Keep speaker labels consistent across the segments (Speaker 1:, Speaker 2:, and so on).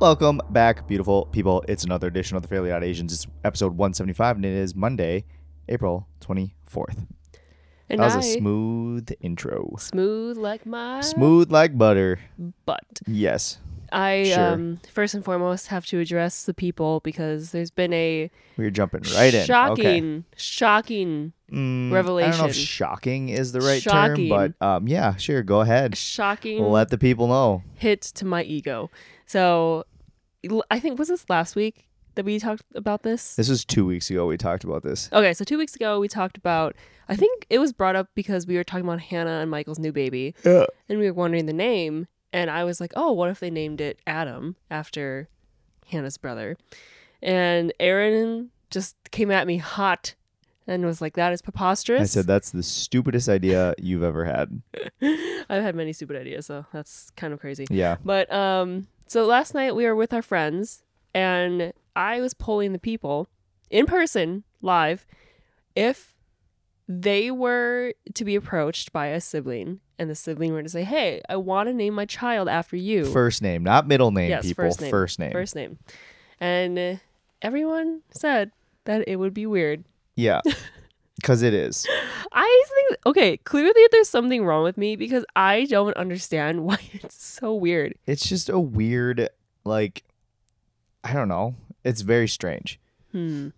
Speaker 1: Welcome back, beautiful people. It's another edition of the Fairly Odd Asians. It's episode 175, and it is Monday, April 24th.
Speaker 2: And
Speaker 1: that was
Speaker 2: I,
Speaker 1: a smooth intro.
Speaker 2: smooth like my
Speaker 1: Smooth like butter.
Speaker 2: butt.
Speaker 1: Yes.
Speaker 2: I
Speaker 1: Sure.
Speaker 2: um, first and foremost have to address the people because there's been a
Speaker 1: We're jumping right in.
Speaker 2: shocking,
Speaker 1: Okay.
Speaker 2: shocking,
Speaker 1: Mm, I don't know
Speaker 2: revelation.
Speaker 1: if shocking is the right
Speaker 2: Shocking.
Speaker 1: term, but um, yeah, sure. Go ahead.
Speaker 2: shocking
Speaker 1: Let the people know.
Speaker 2: hit to my ego. So l- I think was this last week that we talked about this.
Speaker 1: This was two weeks ago we talked about this.
Speaker 2: Okay, so two weeks ago we talked about. I think it was brought up because we were talking about Hannah and Michael's new baby,
Speaker 1: Yeah.
Speaker 2: and we were wondering the name. And I was like, oh, what if they named it Adam after Hannah's brother? And Aaron just came at me hot and was like, that is preposterous.
Speaker 1: I said that's the stupidest idea you've ever had.
Speaker 2: I've had many stupid ideas, so that's kind of crazy.
Speaker 1: Yeah.
Speaker 2: But um, so last night we were with our friends, and I was polling the people in person, live, if they were to be approached by a sibling, and the sibling were to say, "Hey, I want to name my child after you,"
Speaker 1: First name, not middle name,
Speaker 2: Yes,
Speaker 1: people.
Speaker 2: first name.
Speaker 1: First name.
Speaker 2: first name, and uh, everyone said that it would be weird.
Speaker 1: Yeah. Because it is.
Speaker 2: I think okay, clearly there's something wrong with me because I don't understand why it's so weird.
Speaker 1: It's just a weird, like, I don't know. It's very strange.
Speaker 2: Hmm.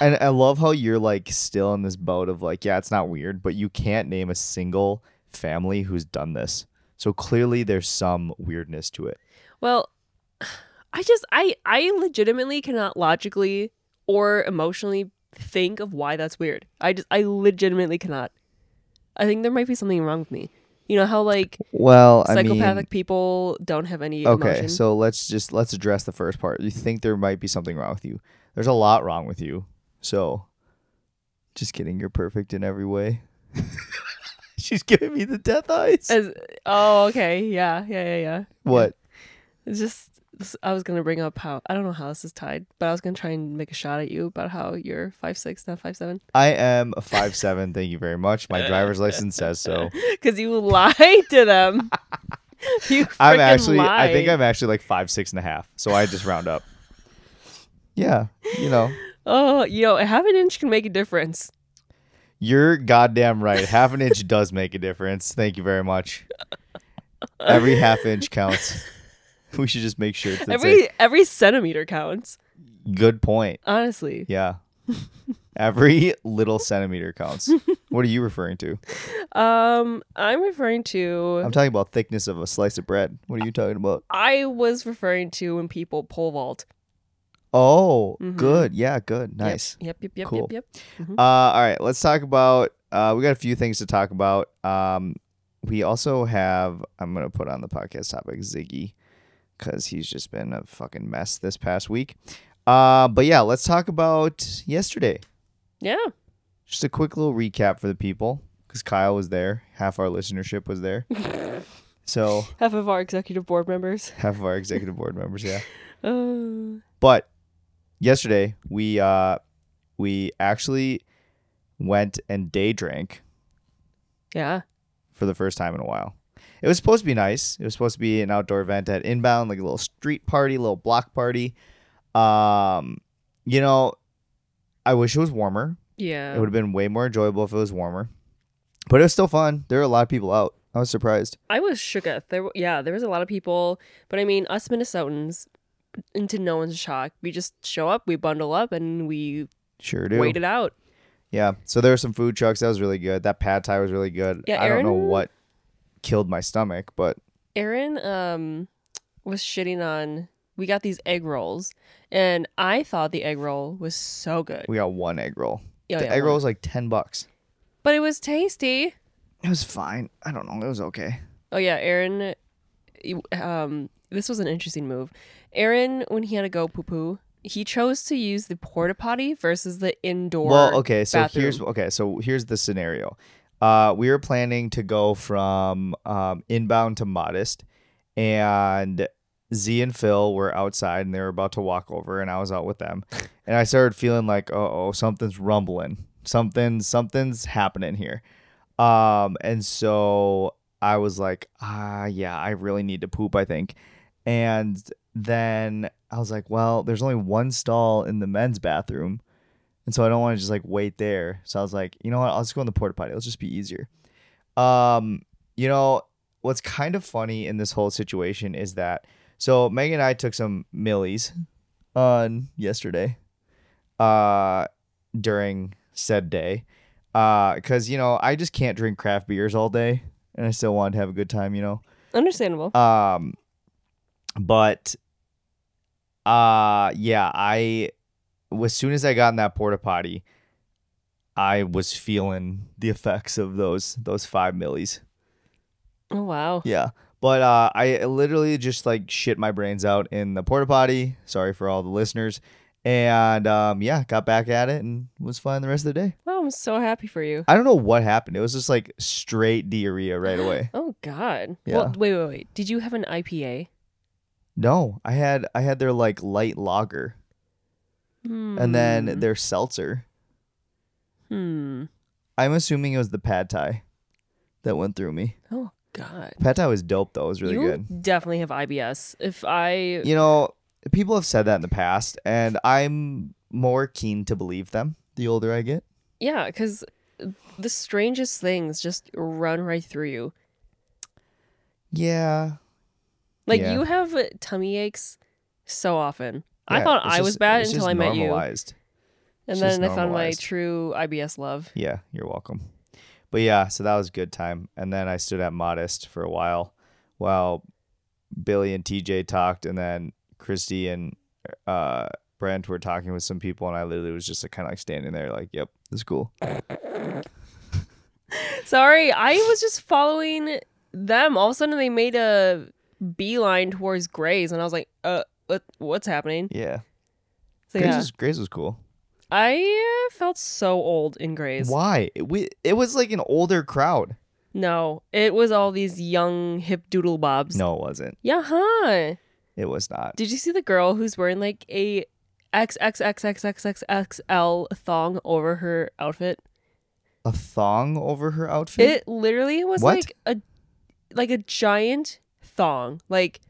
Speaker 1: And I love how you're, like, still in this boat of, like, yeah, it's not weird, but you can't name a single family who's done this. So clearly there's some weirdness to it.
Speaker 2: Well, I just I I legitimately cannot logically or emotionally think of why that's weird. I just I legitimately cannot. I think there might be something wrong with me. You know how like
Speaker 1: Well, I mean,
Speaker 2: psychopathic people don't have any
Speaker 1: okay,
Speaker 2: emotion.
Speaker 1: so let's just let's address the first part. You think there might be something wrong with you? There's a lot wrong with you. So, just kidding. You're perfect in every way. She's giving me the death eyes.
Speaker 2: As, oh, okay. Yeah. Yeah, yeah, yeah.
Speaker 1: what?
Speaker 2: It's just this- I was gonna bring up how I don't know how this is tied, but I was gonna try and make a shot at you about how you're five six, not five seven,
Speaker 1: I am a five seven. Thank you very much. My driver's license says so.
Speaker 2: because you lied to them. you
Speaker 1: I'm
Speaker 2: frickin'
Speaker 1: actually. I think
Speaker 2: lied.
Speaker 1: I'm actually like five six and a half. So I just round up. Yeah, you know,
Speaker 2: Oh, you know, a half an inch can make a difference.
Speaker 1: you're goddamn right. Half an inch does make a difference. Thank you very much. Every half inch counts. We should just make sure. That's
Speaker 2: every
Speaker 1: it.
Speaker 2: every centimeter counts.
Speaker 1: Good point.
Speaker 2: Honestly,
Speaker 1: Yeah. Every little centimeter counts. What are you referring to?
Speaker 2: um, I'm referring to.
Speaker 1: I'm talking about thickness of a slice of bread. What are you talking about?
Speaker 2: I was referring to when people pole vault.
Speaker 1: Oh,
Speaker 2: Mhm.
Speaker 1: good. Yeah, good. Nice.
Speaker 2: Yep. Yep. Yep.
Speaker 1: Cool.
Speaker 2: Yep. Yep.
Speaker 1: Uh, all right, let's talk about. Uh, we got a few things to talk about. Um, we also have. I'm gonna put on the podcast topic Ziggy, because he's just been a fucking mess this past week. Uh, but yeah, let's talk about yesterday.
Speaker 2: Yeah.
Speaker 1: Just a quick little recap for the people, because Kyle was there. Half our listenership was there. so
Speaker 2: Half of our executive board members.
Speaker 1: half of our executive board members, yeah.
Speaker 2: Uh,
Speaker 1: But yesterday we uh we actually went and day drank
Speaker 2: yeah.
Speaker 1: for the first time in a while. It was supposed to be nice. It was supposed to be an outdoor event at Inbound, like a little street party, little block party. Um, you know, I wish it was warmer.
Speaker 2: Yeah.
Speaker 1: It would have been way more enjoyable if it was warmer. But it was still fun. There were a lot of people out. I was surprised.
Speaker 2: I was shook at there. w- Yeah, there was a lot of people, but I mean, us Minnesotans, into no one's shock, we just show up, we bundle up, and we
Speaker 1: Sure do.
Speaker 2: wait it out.
Speaker 1: Yeah. So there were some food trucks. That was really good. That pad thai was really good.
Speaker 2: Yeah,
Speaker 1: I don't know
Speaker 2: Aaron-
Speaker 1: what killed my stomach, but
Speaker 2: Aaron um was shitting on we got these egg rolls and I thought the egg roll was so good.
Speaker 1: we got one egg roll.
Speaker 2: Yeah,
Speaker 1: the
Speaker 2: yeah,
Speaker 1: egg
Speaker 2: one.
Speaker 1: roll was like ten bucks.
Speaker 2: But it was tasty.
Speaker 1: It was fine. I don't know. It was okay.
Speaker 2: Oh yeah, Aaron you- um this was an interesting move. Aaron when he had to go poo poo, he chose to use the porta potty versus the indoor.
Speaker 1: well, okay. So
Speaker 2: bathroom.
Speaker 1: here's okay. So here's the scenario. Uh, we were planning to go from um, inbound to modest, and Z and Phil were outside, and they were about to walk over, and I was out with them, and I started feeling like, oh, something's rumbling, something, something's happening here, um, and so I was like, ah, yeah, I really need to poop, I think, And then I was like, well, there's only one stall in the men's bathroom. And so I don't want to just like wait there. So I was like, you know what? I'll just go in the porta potty. It'll just be easier. Um, you know, what's kind of funny in this whole situation is that so Megan and I took some Millies on yesterday. Uh during said day. Uh, because you know, I just can't drink craft beers all day and I still wanted to have a good time, you know.
Speaker 2: Understandable.
Speaker 1: Um, but uh, yeah, I as soon as I got in that porta potty, I was feeling the effects of those those five millis.
Speaker 2: oh wow.
Speaker 1: Yeah. But uh, I literally just like shit my brains out in the porta potty. Sorry for all the listeners. And um, yeah, got back at it and was fine the rest of the day.
Speaker 2: Well, I'm so happy for you.
Speaker 1: I don't know what happened. It was just like straight diarrhea right away.
Speaker 2: Oh God.
Speaker 1: Yeah.
Speaker 2: Well, wait, wait, wait. Did you have an IPA?
Speaker 1: No, I had I had their like light lager and
Speaker 2: Mm.
Speaker 1: then their seltzer.
Speaker 2: Hmm.
Speaker 1: I'm assuming it was the pad thai that went through me.
Speaker 2: Oh God.
Speaker 1: Pad thai was dope though. It was really
Speaker 2: you
Speaker 1: good.
Speaker 2: definitely have IBS. If I
Speaker 1: You know, people have said that in the past, and I'm more keen to believe them the older I get.
Speaker 2: yeah, because the strangest things just run right through you.
Speaker 1: Yeah.
Speaker 2: Like
Speaker 1: Yeah.
Speaker 2: you have tummy aches so often. I
Speaker 1: Yeah,
Speaker 2: thought
Speaker 1: it's
Speaker 2: I was
Speaker 1: just-
Speaker 2: bad
Speaker 1: it's
Speaker 2: until
Speaker 1: just
Speaker 2: I met you,
Speaker 1: normalized.
Speaker 2: and
Speaker 1: It's just
Speaker 2: then I found my
Speaker 1: normalized.
Speaker 2: true IBS love.
Speaker 1: Yeah, you're welcome. But yeah, so that was a good time. And then I stood at Modest for a while while Billy and TJ talked, and then Christy and uh, Brent were talking with some people, and I literally was just like, kind of like standing there, like, "Yep, this is cool."
Speaker 2: Sorry, I was just following them. All of a sudden, they made a beeline towards Grays, and I was like, "Uh, what, what's happening?"
Speaker 1: Yeah,
Speaker 2: So,
Speaker 1: Grace,
Speaker 2: yeah,
Speaker 1: was, Grace was cool.
Speaker 2: I uh, felt so old in Grays.
Speaker 1: Why? It, we, it was like an older crowd.
Speaker 2: No, it was all these young hip doodle bobs.
Speaker 1: No, it wasn't.
Speaker 2: Yeah, huh?
Speaker 1: It was not.
Speaker 2: Did you see the girl who's wearing like a XXXXXXXL thong over her outfit?
Speaker 1: A thong over her outfit.
Speaker 2: It literally was
Speaker 1: What?
Speaker 2: like a like a giant thong, like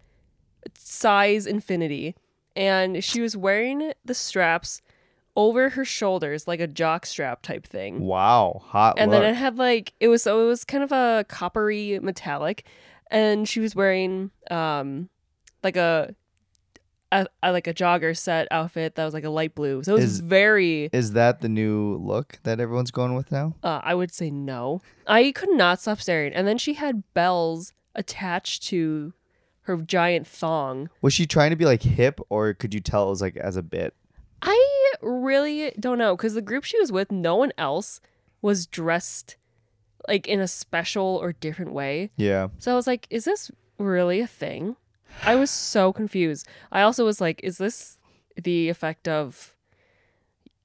Speaker 2: size infinity. And she was wearing the straps over her shoulders like a jock strap type thing.
Speaker 1: wow, hot
Speaker 2: And
Speaker 1: look.
Speaker 2: then it had like it was so it was kind of a coppery metallic and she was wearing um like a, a, a- like a jogger set outfit that was like a light blue. So it was
Speaker 1: Is-
Speaker 2: very
Speaker 1: Is that the new look that everyone's going with now?
Speaker 2: uh, I would say no. I could not stop staring. And then she had bells attached to her giant thong.
Speaker 1: Was she trying to be like hip, or could you tell it was like as a bit?
Speaker 2: I really don't know because the group she was with, no one else was dressed like in a special or different way.
Speaker 1: Yeah.
Speaker 2: So I was like, is this really a thing? I was so confused. I also was like, is this the effect of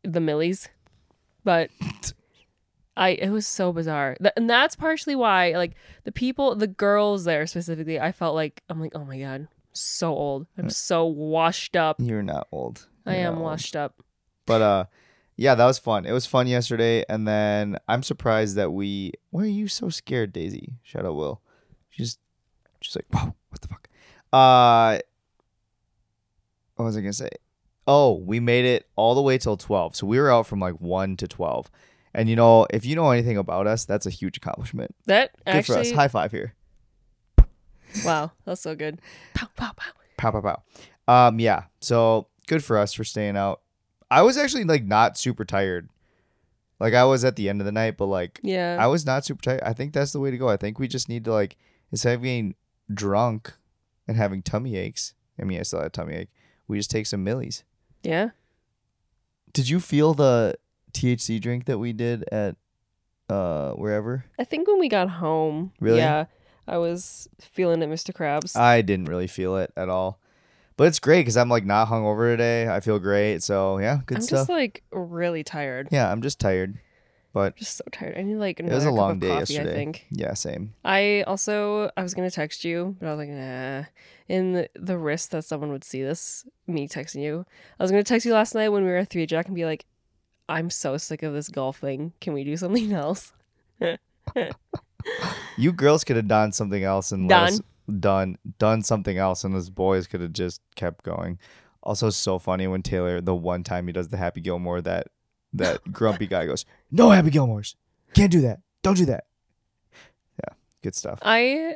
Speaker 2: the Millies? But I it was so bizarre. Th- and that's partially why like the people, the girls there specifically, I felt like I'm like, "Oh my god, I'm so old. I'm so washed up.
Speaker 1: You're not old.
Speaker 2: I
Speaker 1: You're
Speaker 2: am
Speaker 1: not old.
Speaker 2: washed up."
Speaker 1: But uh yeah, that was fun. It was fun yesterday and then I'm surprised that we why are you so scared, Daisy? Shout out Will. She's she's like, Whoa, what the fuck? Uh what was I gonna say? Oh, we made it all the way till twelve. So we were out from like one to twelve. And you know, if you know anything about us, that's a huge accomplishment.
Speaker 2: That
Speaker 1: Good for
Speaker 2: actually
Speaker 1: us. High five here.
Speaker 2: wow, that's so good. Pow pow pow.
Speaker 1: Pow pow pow. Um, yeah. So good for us for staying out. I was actually like not super tired. Like I was at the end of the night, but like
Speaker 2: Yeah.
Speaker 1: I was not super tired. I think that's the way to go. I think we just need to like instead of getting drunk and having tummy aches. I mean, I still had tummy ache. We just take some millies.
Speaker 2: yeah.
Speaker 1: Did you feel the THC drink that we did at uh wherever?
Speaker 2: I think when we got home,
Speaker 1: Really? Ah,
Speaker 2: yeah, I was feeling it, Mr. Krabs.
Speaker 1: I didn't really feel it at all. But it's great because I'm like not hungover today. I feel great. So yeah, good
Speaker 2: I'm
Speaker 1: stuff.
Speaker 2: just like really tired.
Speaker 1: yeah, I'm just tired. But
Speaker 2: Just so tired. I need like
Speaker 1: It
Speaker 2: another
Speaker 1: was a
Speaker 2: cup
Speaker 1: long
Speaker 2: of
Speaker 1: day
Speaker 2: coffee.
Speaker 1: yesterday.
Speaker 2: I think.
Speaker 1: Yeah, same.
Speaker 2: I also I was gonna text you, but I was like, nah. In the, the risk that someone would see this, me texting you. I was gonna text you last night when we were at three jack and be like, I'm so sick of this golf thing. Can we do something else?
Speaker 1: You girls could have done something else and let
Speaker 2: Done.
Speaker 1: us, done done something else, and those boys could have just kept going. Also, so funny when Taylor, the one time he does the Happy Gilmore, that that grumpy guy goes, "No Happy Gilmores, can't do that. Don't do that." Yeah, good stuff.
Speaker 2: I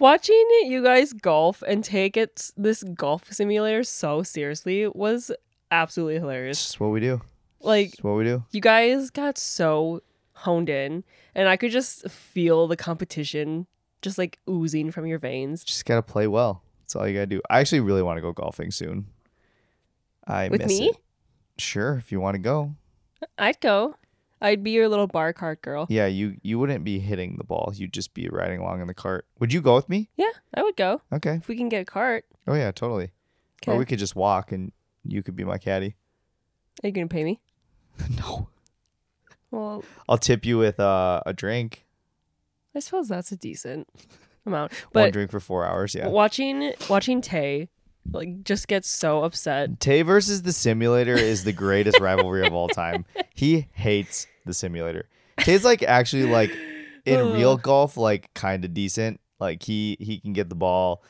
Speaker 2: watching you guys golf and take it this golf simulator so seriously was absolutely hilarious.
Speaker 1: It's just what we do.
Speaker 2: Like
Speaker 1: It's what we do.
Speaker 2: you guys got so honed in and I could just feel the competition just like oozing from your veins
Speaker 1: Just gotta play well. That's all you gotta do. I actually really want to go golfing soon. I
Speaker 2: with
Speaker 1: miss
Speaker 2: me?
Speaker 1: it. Sure, if you want to go.
Speaker 2: I'd go. I'd be your little bar cart girl.
Speaker 1: Yeah, you you wouldn't be hitting the ball. You'd just be riding along in the cart. Would you go with me?
Speaker 2: Yeah, I would go.
Speaker 1: Okay.
Speaker 2: If we can get a cart.
Speaker 1: Oh yeah, totally. Or
Speaker 2: Okay.
Speaker 1: we could just walk and you could be my caddy.
Speaker 2: Are you going to pay me?
Speaker 1: no.
Speaker 2: Well,
Speaker 1: I'll tip you with uh, a drink.
Speaker 2: I suppose that's a decent amount.
Speaker 1: one
Speaker 2: But
Speaker 1: drink for four hours. Yeah.
Speaker 2: watching watching Tay like just gets so upset.
Speaker 1: Tay versus the simulator is the greatest rivalry of all time. He hates the simulator. Tay's like actually like in real golf, like kind of decent. Like he he can get the ball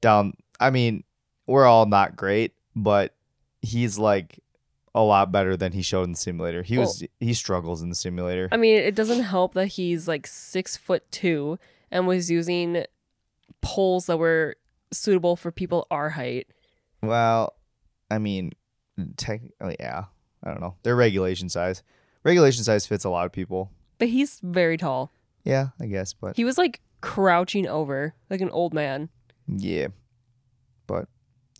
Speaker 1: down. I mean, we're all not great, but he's like a lot better than he showed in the simulator. He was he struggles in the simulator.
Speaker 2: I mean, it doesn't help that he's like six foot two and was using poles that were suitable for people our height.
Speaker 1: Well, I mean, technically, yeah. I don't know. They're regulation size. Regulation size fits a lot of people.
Speaker 2: But he's very tall.
Speaker 1: Yeah, I guess, but
Speaker 2: He was like crouching over like an old man.
Speaker 1: yeah. But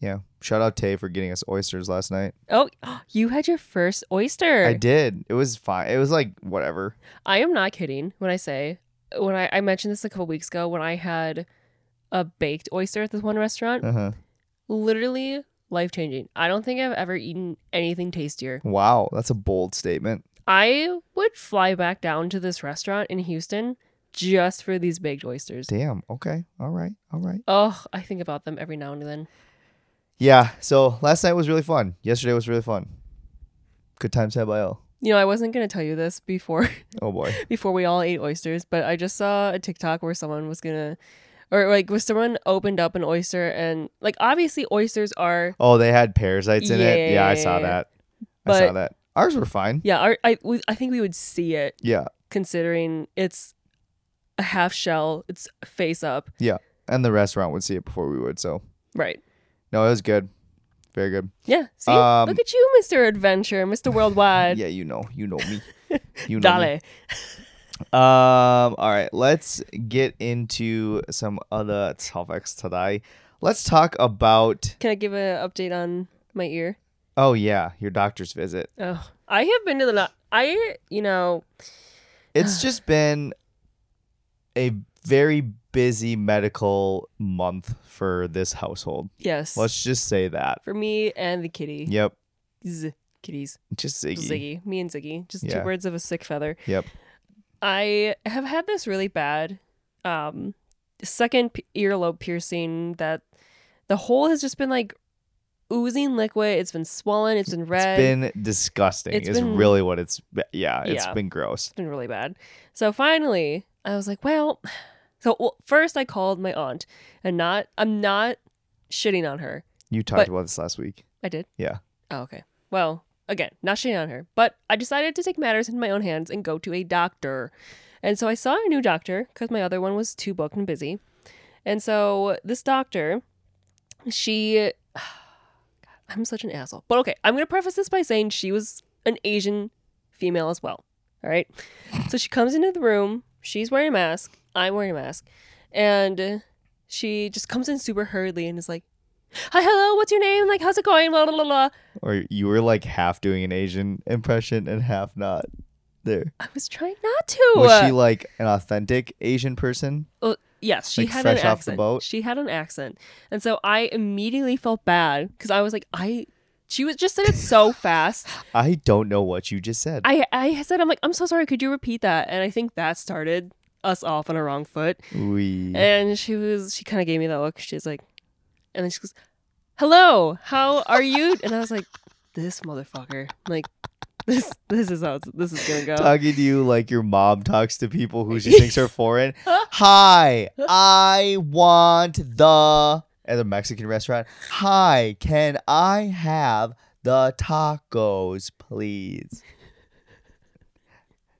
Speaker 1: yeah. Shout out Tay for getting us oysters last night.
Speaker 2: Oh, you had your first oyster.
Speaker 1: I did. It was fine. It was like whatever.
Speaker 2: I am not kidding when I say when I, I mentioned this a couple weeks ago when I had a baked oyster at this one restaurant.
Speaker 1: Uh-huh.
Speaker 2: Literally life changing. I don't think I've ever eaten anything tastier.
Speaker 1: Wow, that's a bold statement.
Speaker 2: I would fly back down to this restaurant in Houston just for these baked oysters.
Speaker 1: Damn. Okay. All right. All right.
Speaker 2: Oh, I think about them every now and then.
Speaker 1: Yeah. So last night was really fun. Yesterday was really fun. Good times had by all.
Speaker 2: You know, I wasn't gonna tell you this before
Speaker 1: Oh boy.
Speaker 2: before we all ate oysters, but I just saw a TikTok where someone was gonna or like was someone opened up an oyster and like obviously oysters are
Speaker 1: Oh, they had parasites in it. Yeah, I saw
Speaker 2: Yeah.
Speaker 1: that. I saw
Speaker 2: But-
Speaker 1: that. Ours were fine.
Speaker 2: Yeah, our, I we, I think we would see it
Speaker 1: Yeah.
Speaker 2: considering it's a half shell, it's face up.
Speaker 1: and the restaurant would see it before we would. So
Speaker 2: Right.
Speaker 1: no, it was good, very good.
Speaker 2: Yeah. See,
Speaker 1: Um,
Speaker 2: look at you, Mr. Adventure, Mr. Worldwide.
Speaker 1: yeah, you know, you know me, you know. Me.
Speaker 2: Dale.
Speaker 1: Um, all right, let's get into some other topics today. Let's talk about.
Speaker 2: Can I give an update on my ear?
Speaker 1: Oh yeah, your doctor's visit.
Speaker 2: Oh, I have been to the lo- I, you know,
Speaker 1: It's just been a very busy medical month for this household.
Speaker 2: yes.
Speaker 1: Let's just say that.
Speaker 2: for me and the kitty.
Speaker 1: Yep,
Speaker 2: Z- kitties.
Speaker 1: just Ziggy.
Speaker 2: Ziggy. Me and Ziggy. Just
Speaker 1: Yeah.
Speaker 2: two birds of a sick feather.
Speaker 1: Yep.
Speaker 2: I have had this really bad um second p- earlobe piercing that the hole has just been like oozing liquid. It's been swollen. It's been red.
Speaker 1: It's been disgusting.
Speaker 2: It's
Speaker 1: is
Speaker 2: been-
Speaker 1: really what it's. Yeah, it's
Speaker 2: Yeah.
Speaker 1: been gross.
Speaker 2: It's been really bad. So finally, I was like, well, so well, first I called my aunt and not, I'm not shitting on her.
Speaker 1: You talked
Speaker 2: But-
Speaker 1: about this last week.
Speaker 2: I did?
Speaker 1: Yeah.
Speaker 2: Oh, okay. Well, again, not shitting on her, but I decided to take matters in my own hands and go to a doctor. And so I saw a new doctor because my other one was too booked and busy. And so this doctor, she, God, I'm such an asshole. But okay, I'm going to preface this by saying she was an Asian female as well. All right. So she comes into the room. She's wearing a mask. I'm wearing a mask. And she just comes in super hurriedly and is like, Hi, hello, what's your name? Like, how's it going? Blah, blah, blah, blah.
Speaker 1: Or you were like half doing an Asian impression and half not there.
Speaker 2: I was trying not to.
Speaker 1: Was she like an authentic Asian person?
Speaker 2: yes, she
Speaker 1: like,
Speaker 2: had
Speaker 1: fresh
Speaker 2: an
Speaker 1: off the
Speaker 2: accent.
Speaker 1: boat?
Speaker 2: She had an accent, and so I immediately felt bad because I was like, I. She was just said it so fast.
Speaker 1: I don't know what you just said.
Speaker 2: I I said, I'm like, I'm so sorry. Could you repeat that? And I think that started us off on a wrong foot.
Speaker 1: we
Speaker 2: And she was, she kind of gave me that look. She's like, and then she goes, "Hello, how are you?" And I was like, "This motherfucker." I'm like, This this is how it's, this is gonna go.
Speaker 1: Talking to you like your mom talks to people who she thinks are foreign. Hi, I want the at a Mexican restaurant. Hi, can I have the tacos, please?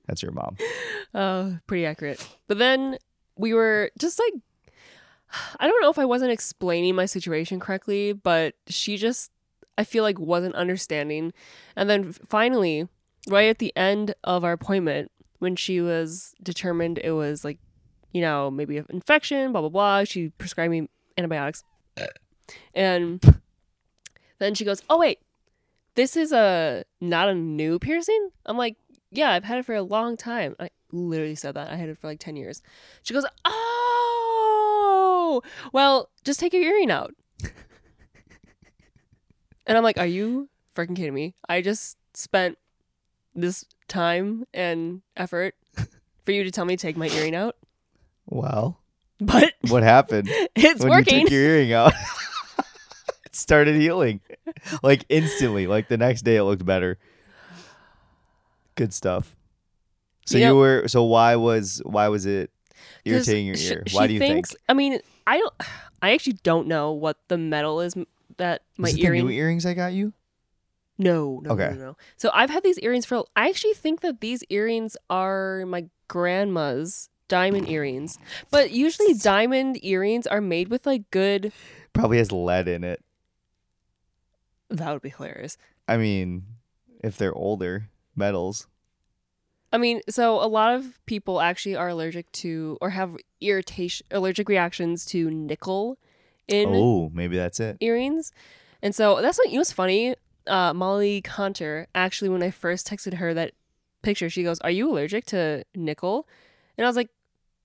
Speaker 1: That's your mom.
Speaker 2: Oh, pretty accurate. But then we were just like, I don't know if I wasn't explaining my situation correctly, but she just, I feel like, wasn't understanding. And then finally, right at the end of our appointment, when she was determined it was like, you know, maybe an infection, blah, blah, blah, she prescribed me antibiotics. And then she goes, Oh, wait, this is a not a new piercing? I'm like, yeah, I've had it for a long time. I literally said that. I had it for like 10 years. She goes, Oh, well, just take your earring out. and I'm like, Are you freaking kidding me? I just spent this time and effort for you to tell me to take my earring out,
Speaker 1: Well,
Speaker 2: but
Speaker 1: what happened
Speaker 2: it's
Speaker 1: when
Speaker 2: working.
Speaker 1: you took your earring out? it started healing, like instantly. Like the next day, it looked better. Good stuff. So
Speaker 2: You
Speaker 1: you,
Speaker 2: know-
Speaker 1: were. So why was why was it
Speaker 2: 'Cause
Speaker 1: irritating your
Speaker 2: sh-
Speaker 1: ear?
Speaker 2: she
Speaker 1: why do you
Speaker 2: thinks,
Speaker 1: think?
Speaker 2: I mean, I don't. I actually don't know what the metal is m- that my
Speaker 1: Is it
Speaker 2: earring.
Speaker 1: the new earrings I got you?
Speaker 2: No, no,
Speaker 1: Okay.
Speaker 2: no, no, no. So I've had these earrings for. I actually think that these earrings are my grandma's diamond earrings, but usually diamond earrings are made with like good.
Speaker 1: Probably has lead in it.
Speaker 2: That would be hilarious.
Speaker 1: I mean, if they're older metals,
Speaker 2: I mean, so a lot of people actually are allergic to or have irritation, allergic reactions to nickel in
Speaker 1: oh, maybe that's it.
Speaker 2: earrings. And so that's what you know what's funny. Uh, Molly Conter actually, when I first texted her that picture, she goes, "Are you allergic to nickel?" And I was like,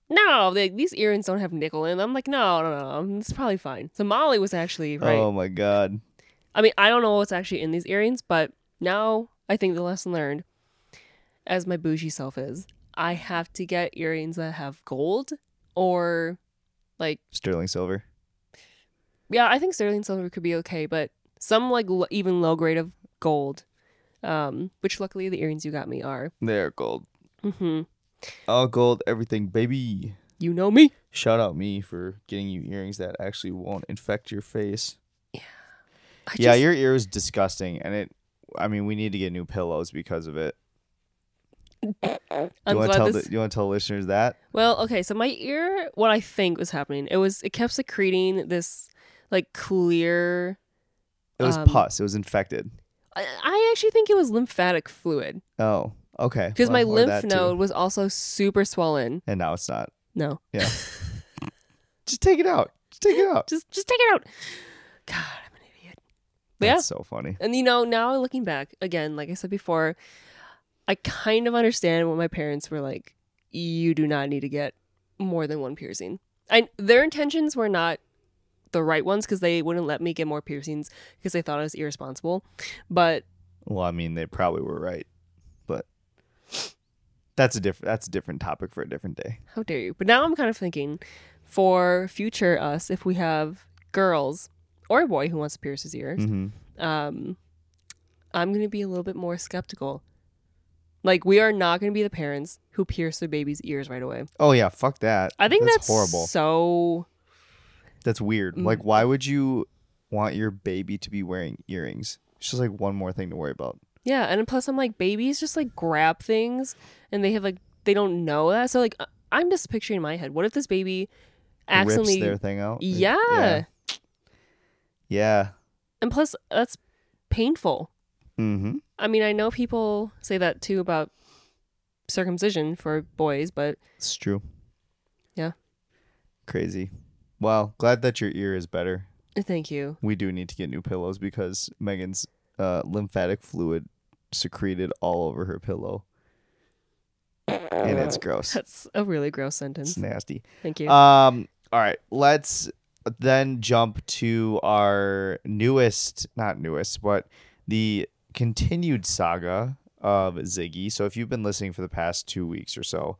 Speaker 2: "No, they, these earrings don't have nickel in them." I'm like, "No, no, no, it's probably fine." So Molly was actually right.
Speaker 1: Oh my god.
Speaker 2: I mean, I don't know what's actually in these earrings, but now I think the lesson learned, as my bougie self is, I have to get earrings that have gold or like
Speaker 1: Sterling silver.
Speaker 2: yeah, I think sterling silver could be okay, but some like l- even low grade of gold, um, which luckily the earrings you got me are.
Speaker 1: They're gold.
Speaker 2: hmm
Speaker 1: All gold, everything, baby.
Speaker 2: You know me.
Speaker 1: Shout out me for getting you earrings that actually won't infect your face.
Speaker 2: I
Speaker 1: yeah,
Speaker 2: just-
Speaker 1: your ear is disgusting, and it. I mean, we need to get new pillows because of it. Do
Speaker 2: I'm
Speaker 1: you want to
Speaker 2: glad
Speaker 1: tell
Speaker 2: this.
Speaker 1: the, you want to tell listeners that?
Speaker 2: Well, okay, so my ear, what I think was happening, it was it kept secreting this like clear.
Speaker 1: It was
Speaker 2: Um,
Speaker 1: pus. It was infected.
Speaker 2: I, I actually think it was lymphatic fluid
Speaker 1: Oh, okay.
Speaker 2: because
Speaker 1: Well,
Speaker 2: my
Speaker 1: or
Speaker 2: lymph
Speaker 1: that too.
Speaker 2: node was also super swollen.
Speaker 1: And now it's not.
Speaker 2: No,
Speaker 1: Just take it out. Just take it out.
Speaker 2: just just take it out. God, I'm an idiot. But yeah,
Speaker 1: That's so funny.
Speaker 2: And you know, now looking back, again, like I said before, I kind of understand what my parents were like, you do not need to get more than one piercing. I their intentions were not the right ones because they wouldn't let me get more piercings because they thought I was irresponsible. But
Speaker 1: Well, I mean, they probably were right, but that's a different that's a different topic for a different day.
Speaker 2: how dare you? But now I'm kind of thinking for future us, if we have girls or a boy who wants to pierce his ears,
Speaker 1: hmm
Speaker 2: um, I'm going to be a little bit more skeptical. Like, we are not going to be the parents who pierce their baby's ears right away.
Speaker 1: Oh yeah, fuck that.
Speaker 2: I think that's,
Speaker 1: horrible.
Speaker 2: So,
Speaker 1: That's weird.
Speaker 2: Mm.
Speaker 1: Like, why would you want your baby to be wearing earrings? It's just like one more thing to worry about.
Speaker 2: yeah. And plus, I'm like, babies just like grab things and they have like, they don't know that. So, like, I- I'm just picturing in my head, what if this baby accidentally.
Speaker 1: Rips their thing out. Like,
Speaker 2: yeah.
Speaker 1: Yeah. yeah.
Speaker 2: And plus, that's painful.
Speaker 1: Mm-hmm.
Speaker 2: I mean, I know people say that too about circumcision for boys, but
Speaker 1: It's true.
Speaker 2: Yeah.
Speaker 1: Crazy. Well, glad that your ear is better.
Speaker 2: thank you.
Speaker 1: We do need to get new pillows because Megan's uh, lymphatic fluid secreted all over her pillow. And it's gross.
Speaker 2: That's a really gross
Speaker 1: It's
Speaker 2: sentence.
Speaker 1: nasty.
Speaker 2: Thank you.
Speaker 1: Um all right, let's then jump to our newest, not newest, but the continued saga of Ziggy. So if you've been listening for the past 2 weeks or so,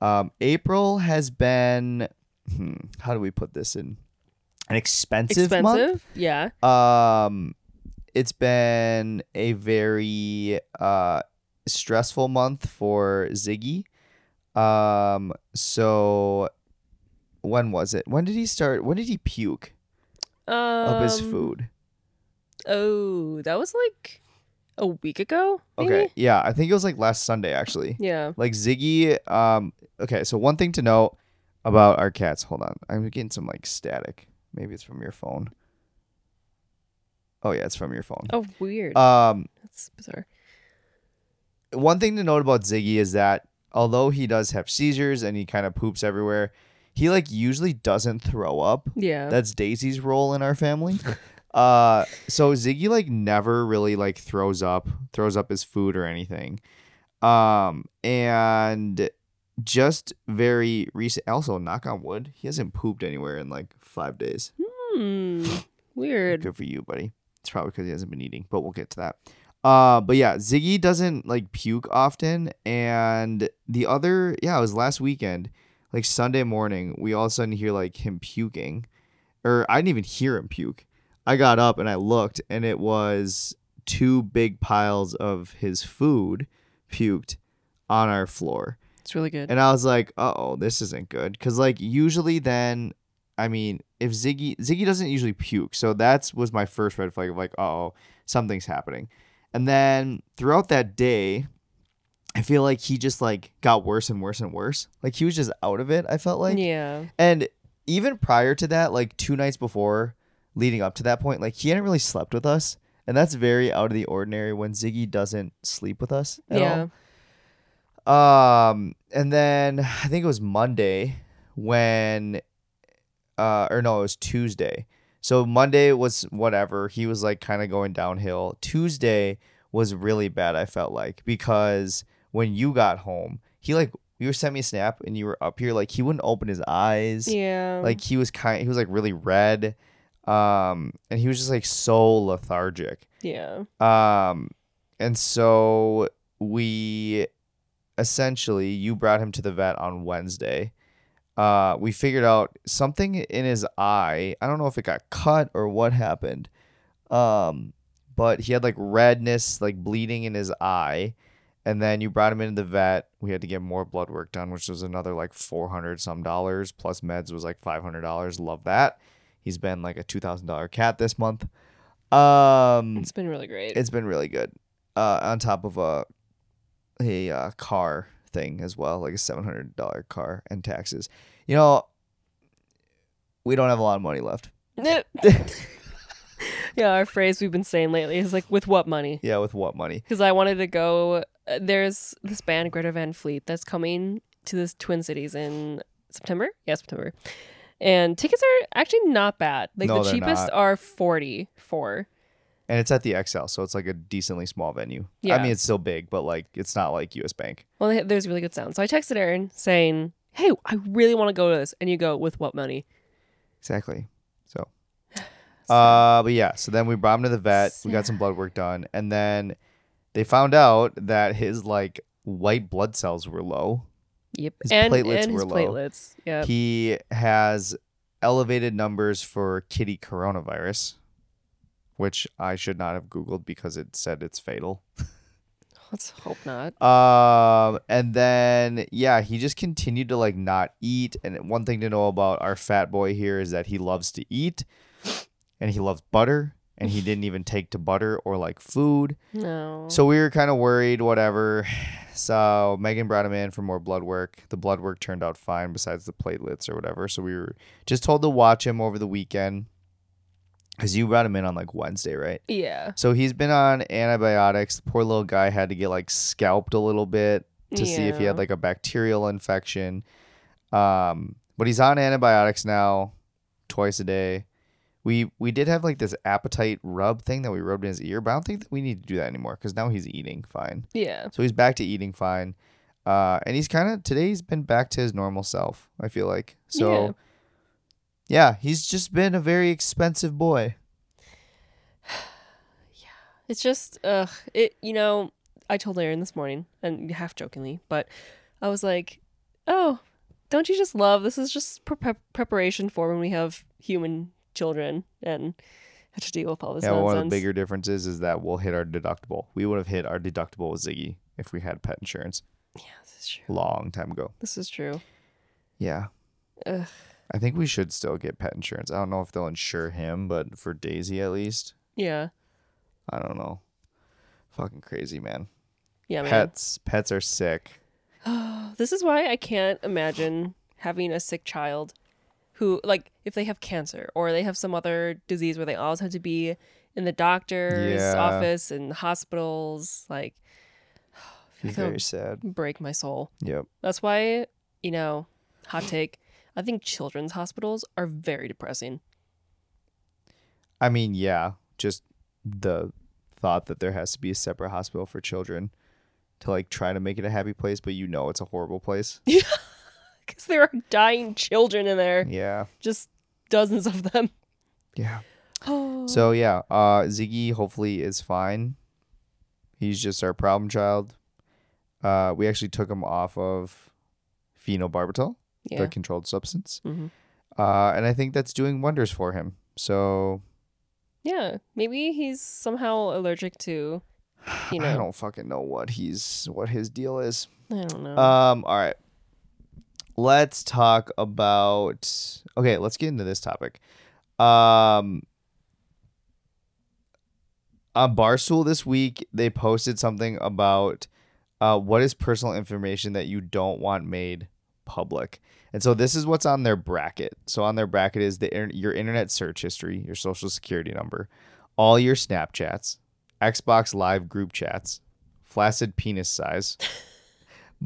Speaker 1: um April has been hmm, how do we put this in an expensive,
Speaker 2: Expensive?
Speaker 1: month?
Speaker 2: Yeah.
Speaker 1: um it's been a very uh stressful month for Ziggy. Um, so when was it? When did he start? When did he puke
Speaker 2: Um,
Speaker 1: up his food?
Speaker 2: Oh, that was like a week ago. Maybe?
Speaker 1: Okay, yeah, I think it was like last Sunday actually.
Speaker 2: Yeah.
Speaker 1: Like Ziggy. Um, okay, so one thing to note about our cats. Hold on, I'm getting some like static. Maybe it's from your phone. Oh yeah, it's from your phone.
Speaker 2: Oh, weird.
Speaker 1: Um,
Speaker 2: That's bizarre.
Speaker 1: one thing to note about Ziggy is that although he does have seizures and he kind of poops everywhere, he like usually doesn't throw up.
Speaker 2: Yeah.
Speaker 1: That's Daisy's role in our family. uh so Ziggy like never really like throws up, throws up his food or anything. Um and just very recent also knock on wood, he hasn't pooped anywhere in like 5 days.
Speaker 2: hmm. Weird.
Speaker 1: Good for you, buddy. It's probably because he hasn't been eating, but we'll get to that. Uh, but yeah, Ziggy doesn't like puke often, and the other, yeah, it was last weekend, like Sunday morning, we all of a sudden hear like him puking, or I didn't even hear him puke. I got up and I looked, and it was two big piles of his food puked on our floor.
Speaker 2: It's really good.
Speaker 1: And I was like, uh oh, this isn't good. Cause like usually then I mean, if Ziggy Ziggy doesn't usually puke. So that's was my first red flag of like, uh oh, something's happening. And then throughout that day, I feel like he just like got worse and worse and worse. Like he was just out of it, I felt like.
Speaker 2: yeah.
Speaker 1: And even prior to that, like two nights before leading up to that point, like he hadn't really slept with us. And that's very out of the ordinary when Ziggy doesn't sleep with us at all.
Speaker 2: Yeah.
Speaker 1: Um, and then I think it was Monday when, uh, or no, it was Tuesday. So Monday was whatever. He was like kind of going downhill. Tuesday was really bad. I felt like because when you got home, he like you sent me a snap and you were up here. Like he wouldn't open his eyes.
Speaker 2: Yeah.
Speaker 1: Like he was kind. He was like really red. Um, and he was just like so lethargic.
Speaker 2: yeah.
Speaker 1: Um, and so we essentially you brought him to the vet on Wednesday. Uh, we figured out something in his eye. I don't know if it got cut or what happened. Um, but he had like redness, like bleeding in his eye. And then you brought him into the vet. We had to get more blood work done, which was another like 400 some dollars plus meds was like $500. Love that. He's been like a $2,000 cat this month. Um,
Speaker 2: It's been really great.
Speaker 1: it's been really good. Uh, on top of a a uh, car thing as well, like a seven hundred dollar car and taxes. You know, we don't have a lot of money left.
Speaker 2: yeah. Our phrase we've been saying lately is like, with what money?
Speaker 1: Yeah, with what money?
Speaker 2: Because I wanted to go. uh, There's this band, Greta Van Fleet, that's coming to this Twin Cities in September. Yeah, September. And tickets are actually not bad. Like
Speaker 1: No,
Speaker 2: the
Speaker 1: they're
Speaker 2: cheapest
Speaker 1: not.
Speaker 2: are forty four.
Speaker 1: And it's at the XL, so it's like a decently small venue.
Speaker 2: Yeah.
Speaker 1: I mean, it's still big, but like it's not like US Bank.
Speaker 2: Well, they- there's really good sound. So I texted Aaron saying, "Hey, I really want to go to this," and you go, "With what money?"
Speaker 1: Exactly. So. Uh, but yeah. So then we brought him to the vet. We got some blood work done, and then they found out that his like white blood cells were low.
Speaker 2: Yep.
Speaker 1: His
Speaker 2: and
Speaker 1: platelets
Speaker 2: and
Speaker 1: were
Speaker 2: his
Speaker 1: low.
Speaker 2: platelets. Yeah.
Speaker 1: he has elevated numbers for kitty coronavirus, which I should not have Googled because it said it's fatal.
Speaker 2: Let's hope not.
Speaker 1: Um, and then yeah, he just continued to like not eat. And one thing to know about our fat boy here is that he loves to eat, and he loves butter, and he didn't even take to butter or like food.
Speaker 2: No.
Speaker 1: So we were kind of worried, whatever. So Megan brought him in for more blood work. The blood work turned out fine, besides the platelets or whatever. So we were just told to watch him over the weekend. Because you brought him in on like Wednesday, right?
Speaker 2: yeah.
Speaker 1: So he's been on antibiotics. The poor little guy had to get like scalped a little bit to see if he
Speaker 2: Yeah.
Speaker 1: had like a bacterial infection. Um, but he's on antibiotics now, twice a day. We we did have like this appetite rub thing that we rubbed in his ear, but I don't think that we need to do that anymore because now he's eating fine.
Speaker 2: Yeah.
Speaker 1: So he's back to eating fine, uh, and he's kind of today he's been back to his normal self. I feel like so.
Speaker 2: Yeah.
Speaker 1: yeah, he's just been a very expensive boy.
Speaker 2: It's just, ugh. It, you know, I told Aaron this morning, and half jokingly, but I was like, oh, don't you just love this? Is just pre- pre- preparation for when we have human children and have to deal with all this
Speaker 1: yeah,
Speaker 2: nonsense.
Speaker 1: one of the bigger differences is that we'll hit our deductible. We would have hit our deductible with Ziggy. if we had pet insurance
Speaker 2: Yeah, this is true.
Speaker 1: long time ago.
Speaker 2: This is true.
Speaker 1: Yeah.
Speaker 2: Ugh.
Speaker 1: I think we should still get pet insurance. I don't know if they'll insure him, but for Daisy at least,
Speaker 2: Yeah.
Speaker 1: I don't know. Fucking crazy, man.
Speaker 2: Yeah, man.
Speaker 1: Pets pets are sick.
Speaker 2: This is why I can't imagine having a sick child who like if they have cancer or they have some other disease where they always have to be in the doctor's
Speaker 1: Yeah.
Speaker 2: office and hospitals like
Speaker 1: He's
Speaker 2: feel-
Speaker 1: very sad.
Speaker 2: break my soul.
Speaker 1: Yep.
Speaker 2: That's why, you know, hot take, I think children's hospitals are very depressing.
Speaker 1: I mean, yeah, just the thought that there has to be a separate hospital for children to like try to make it a happy place, but you know it's a horrible place.
Speaker 2: Because there are dying children in there,
Speaker 1: Yeah.
Speaker 2: just dozens of them.
Speaker 1: Yeah.
Speaker 2: Oh,
Speaker 1: So yeah, uh Ziggy hopefully is fine. He's just our problem child. Uh we actually took him off of phenobarbital,
Speaker 2: yeah.
Speaker 1: the controlled substance.
Speaker 2: Mhm.
Speaker 1: Uh and I think that's doing wonders for him. So
Speaker 2: yeah, maybe he's somehow allergic to, you
Speaker 1: I
Speaker 2: know,
Speaker 1: don't fucking know what he's what his deal is.
Speaker 2: I don't, know.
Speaker 1: Um, all right. Let's talk about okay, let's get into this topic. Um on Barstool this week, they posted something about uh, what is personal information that you don't want made public. And so this is what's on their bracket. So on their bracket is the inter- your internet search history, your social security number, all your Snapchats, Xbox Live group chats, flaccid penis size,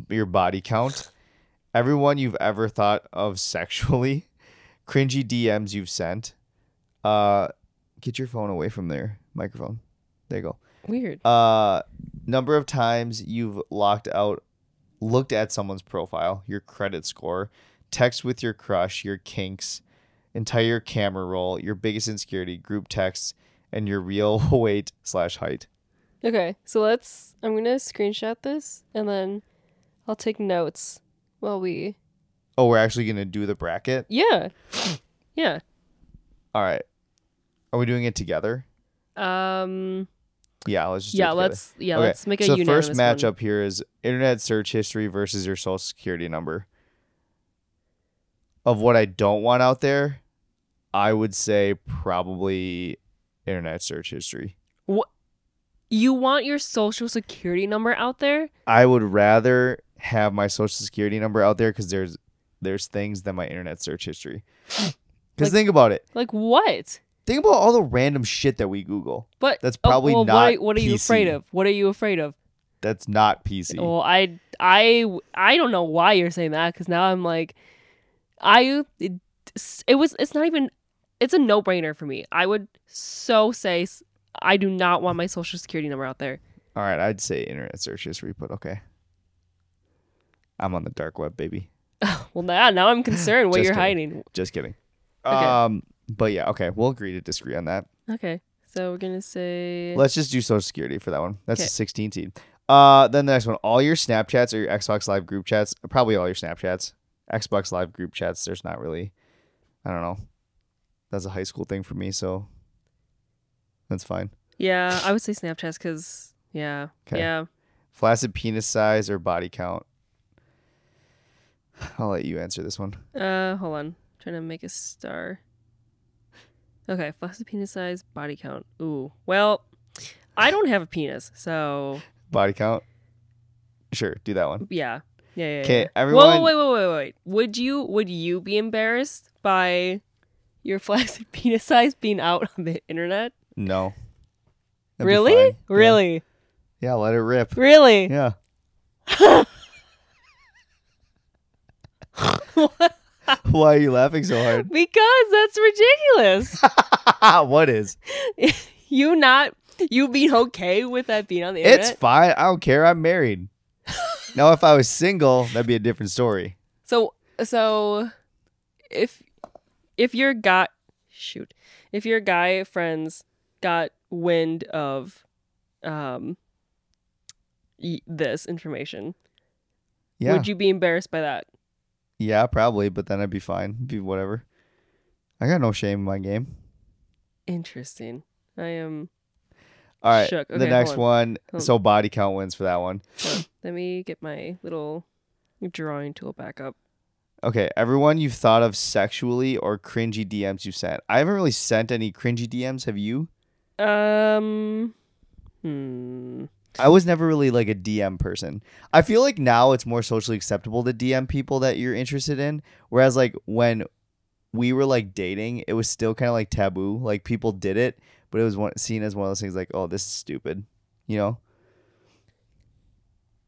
Speaker 1: your body count, everyone you've ever thought of sexually, cringy DMs you've sent. Uh, get your phone away from their microphone. There you go
Speaker 2: Weird.
Speaker 1: uh number of times you've locked out looked at someone's profile your credit score text with your crush your kinks entire camera roll your biggest insecurity group texts and your real weight slash height
Speaker 2: Okay, so let's. I'm gonna screenshot this and then I'll take notes while we.
Speaker 1: oh we're actually gonna do the bracket
Speaker 2: Yeah, yeah.
Speaker 1: all right are we doing it together
Speaker 2: Um.
Speaker 1: yeah let's just do it
Speaker 2: Yeah.
Speaker 1: together.
Speaker 2: Let's. Yeah.
Speaker 1: Okay,
Speaker 2: Let's make a
Speaker 1: so the
Speaker 2: unanimous
Speaker 1: first
Speaker 2: one.
Speaker 1: matchup here is internet search history versus your social security number. Of what I don't want out there, I would say probably internet search history.
Speaker 2: You want your social security number out there?
Speaker 1: I would rather have my social security number out there because there's there's things than my internet search history. Because
Speaker 2: Like-
Speaker 1: think about it.
Speaker 2: Like what?
Speaker 1: Think about all the random shit that we Google.
Speaker 2: But
Speaker 1: That's
Speaker 2: oh,
Speaker 1: probably
Speaker 2: well,
Speaker 1: not.
Speaker 2: What are, what are
Speaker 1: PC.
Speaker 2: you afraid of? Oh, What are you afraid of?
Speaker 1: That's not PC.
Speaker 2: Well, I I I don't know why you're saying that because now I'm like, I it, it was it's not even it's a no brainer for me. I would so say s- I do not want my social security number out there.
Speaker 1: All right, I'd say internet search history, but okay. I'm on the dark web, baby.
Speaker 2: Well, now now I'm concerned what
Speaker 1: Just
Speaker 2: you're
Speaker 1: kidding.
Speaker 2: hiding.
Speaker 1: Just kidding.
Speaker 2: Okay.
Speaker 1: Um, but yeah, okay, we'll agree to disagree on that.
Speaker 2: Okay, so we're gonna say
Speaker 1: Let's just do Social Security for that one. That's
Speaker 2: Okay.
Speaker 1: a 16 seed. Uh, then the next one, all your Snapchats or your Xbox Live group chats, probably all your Snapchats, Xbox Live group chats. There's not really, I don't know. That's a high school thing for me, so that's fine.
Speaker 2: yeah. I would say Snapchat because yeah,
Speaker 1: 'Kay.
Speaker 2: yeah.
Speaker 1: Flaccid penis size or body count. I'll let you answer this one.
Speaker 2: Uh, hold on. trying to make a star. Okay, flaccid penis size, body count. Ooh. Well, I don't have a penis, so
Speaker 1: Body count. Sure, do that one.
Speaker 2: yeah. Yeah, yeah. yeah.
Speaker 1: 'Kay,
Speaker 2: Whoa,
Speaker 1: everyone-
Speaker 2: Whoa, wait, wait, wait, wait. Would you would you be embarrassed by your flaccid penis size being out on the internet?
Speaker 1: No. That'd be
Speaker 2: really?
Speaker 1: fine. Yeah.
Speaker 2: Really?
Speaker 1: yeah, let it rip.
Speaker 2: Really?
Speaker 1: Yeah. Why are you laughing so hard?
Speaker 2: because that's ridiculous.
Speaker 1: what is?
Speaker 2: you not you being okay with that being on the internet?
Speaker 1: It's fine. I don't care. I'm married. now, if I was single, that'd be a different story.
Speaker 2: So so if if your guy shoot if your guy friends got wind of um y- this information
Speaker 1: Yeah.
Speaker 2: would you be embarrassed by that
Speaker 1: yeah, probably, but then I'd be fine. Be whatever. I got no shame in my game.
Speaker 2: interesting i am
Speaker 1: All right.
Speaker 2: Shook.
Speaker 1: the
Speaker 2: Okay,
Speaker 1: next
Speaker 2: hold
Speaker 1: one.
Speaker 2: Hold
Speaker 1: So body count wins for that one.
Speaker 2: Let me get my little drawing tool back up.
Speaker 1: Okay, everyone you've thought of sexually or cringy DMs you sent. I haven't really sent any cringy DMs. Have you?
Speaker 2: Um, hmm.
Speaker 1: I was never really like a DM person. I feel like now it's more socially acceptable to DM people that you're interested in. Whereas like when we were like dating, it was still kind of like taboo. Like people did it, but it was one, seen as one of those things like, oh, this is stupid. You know,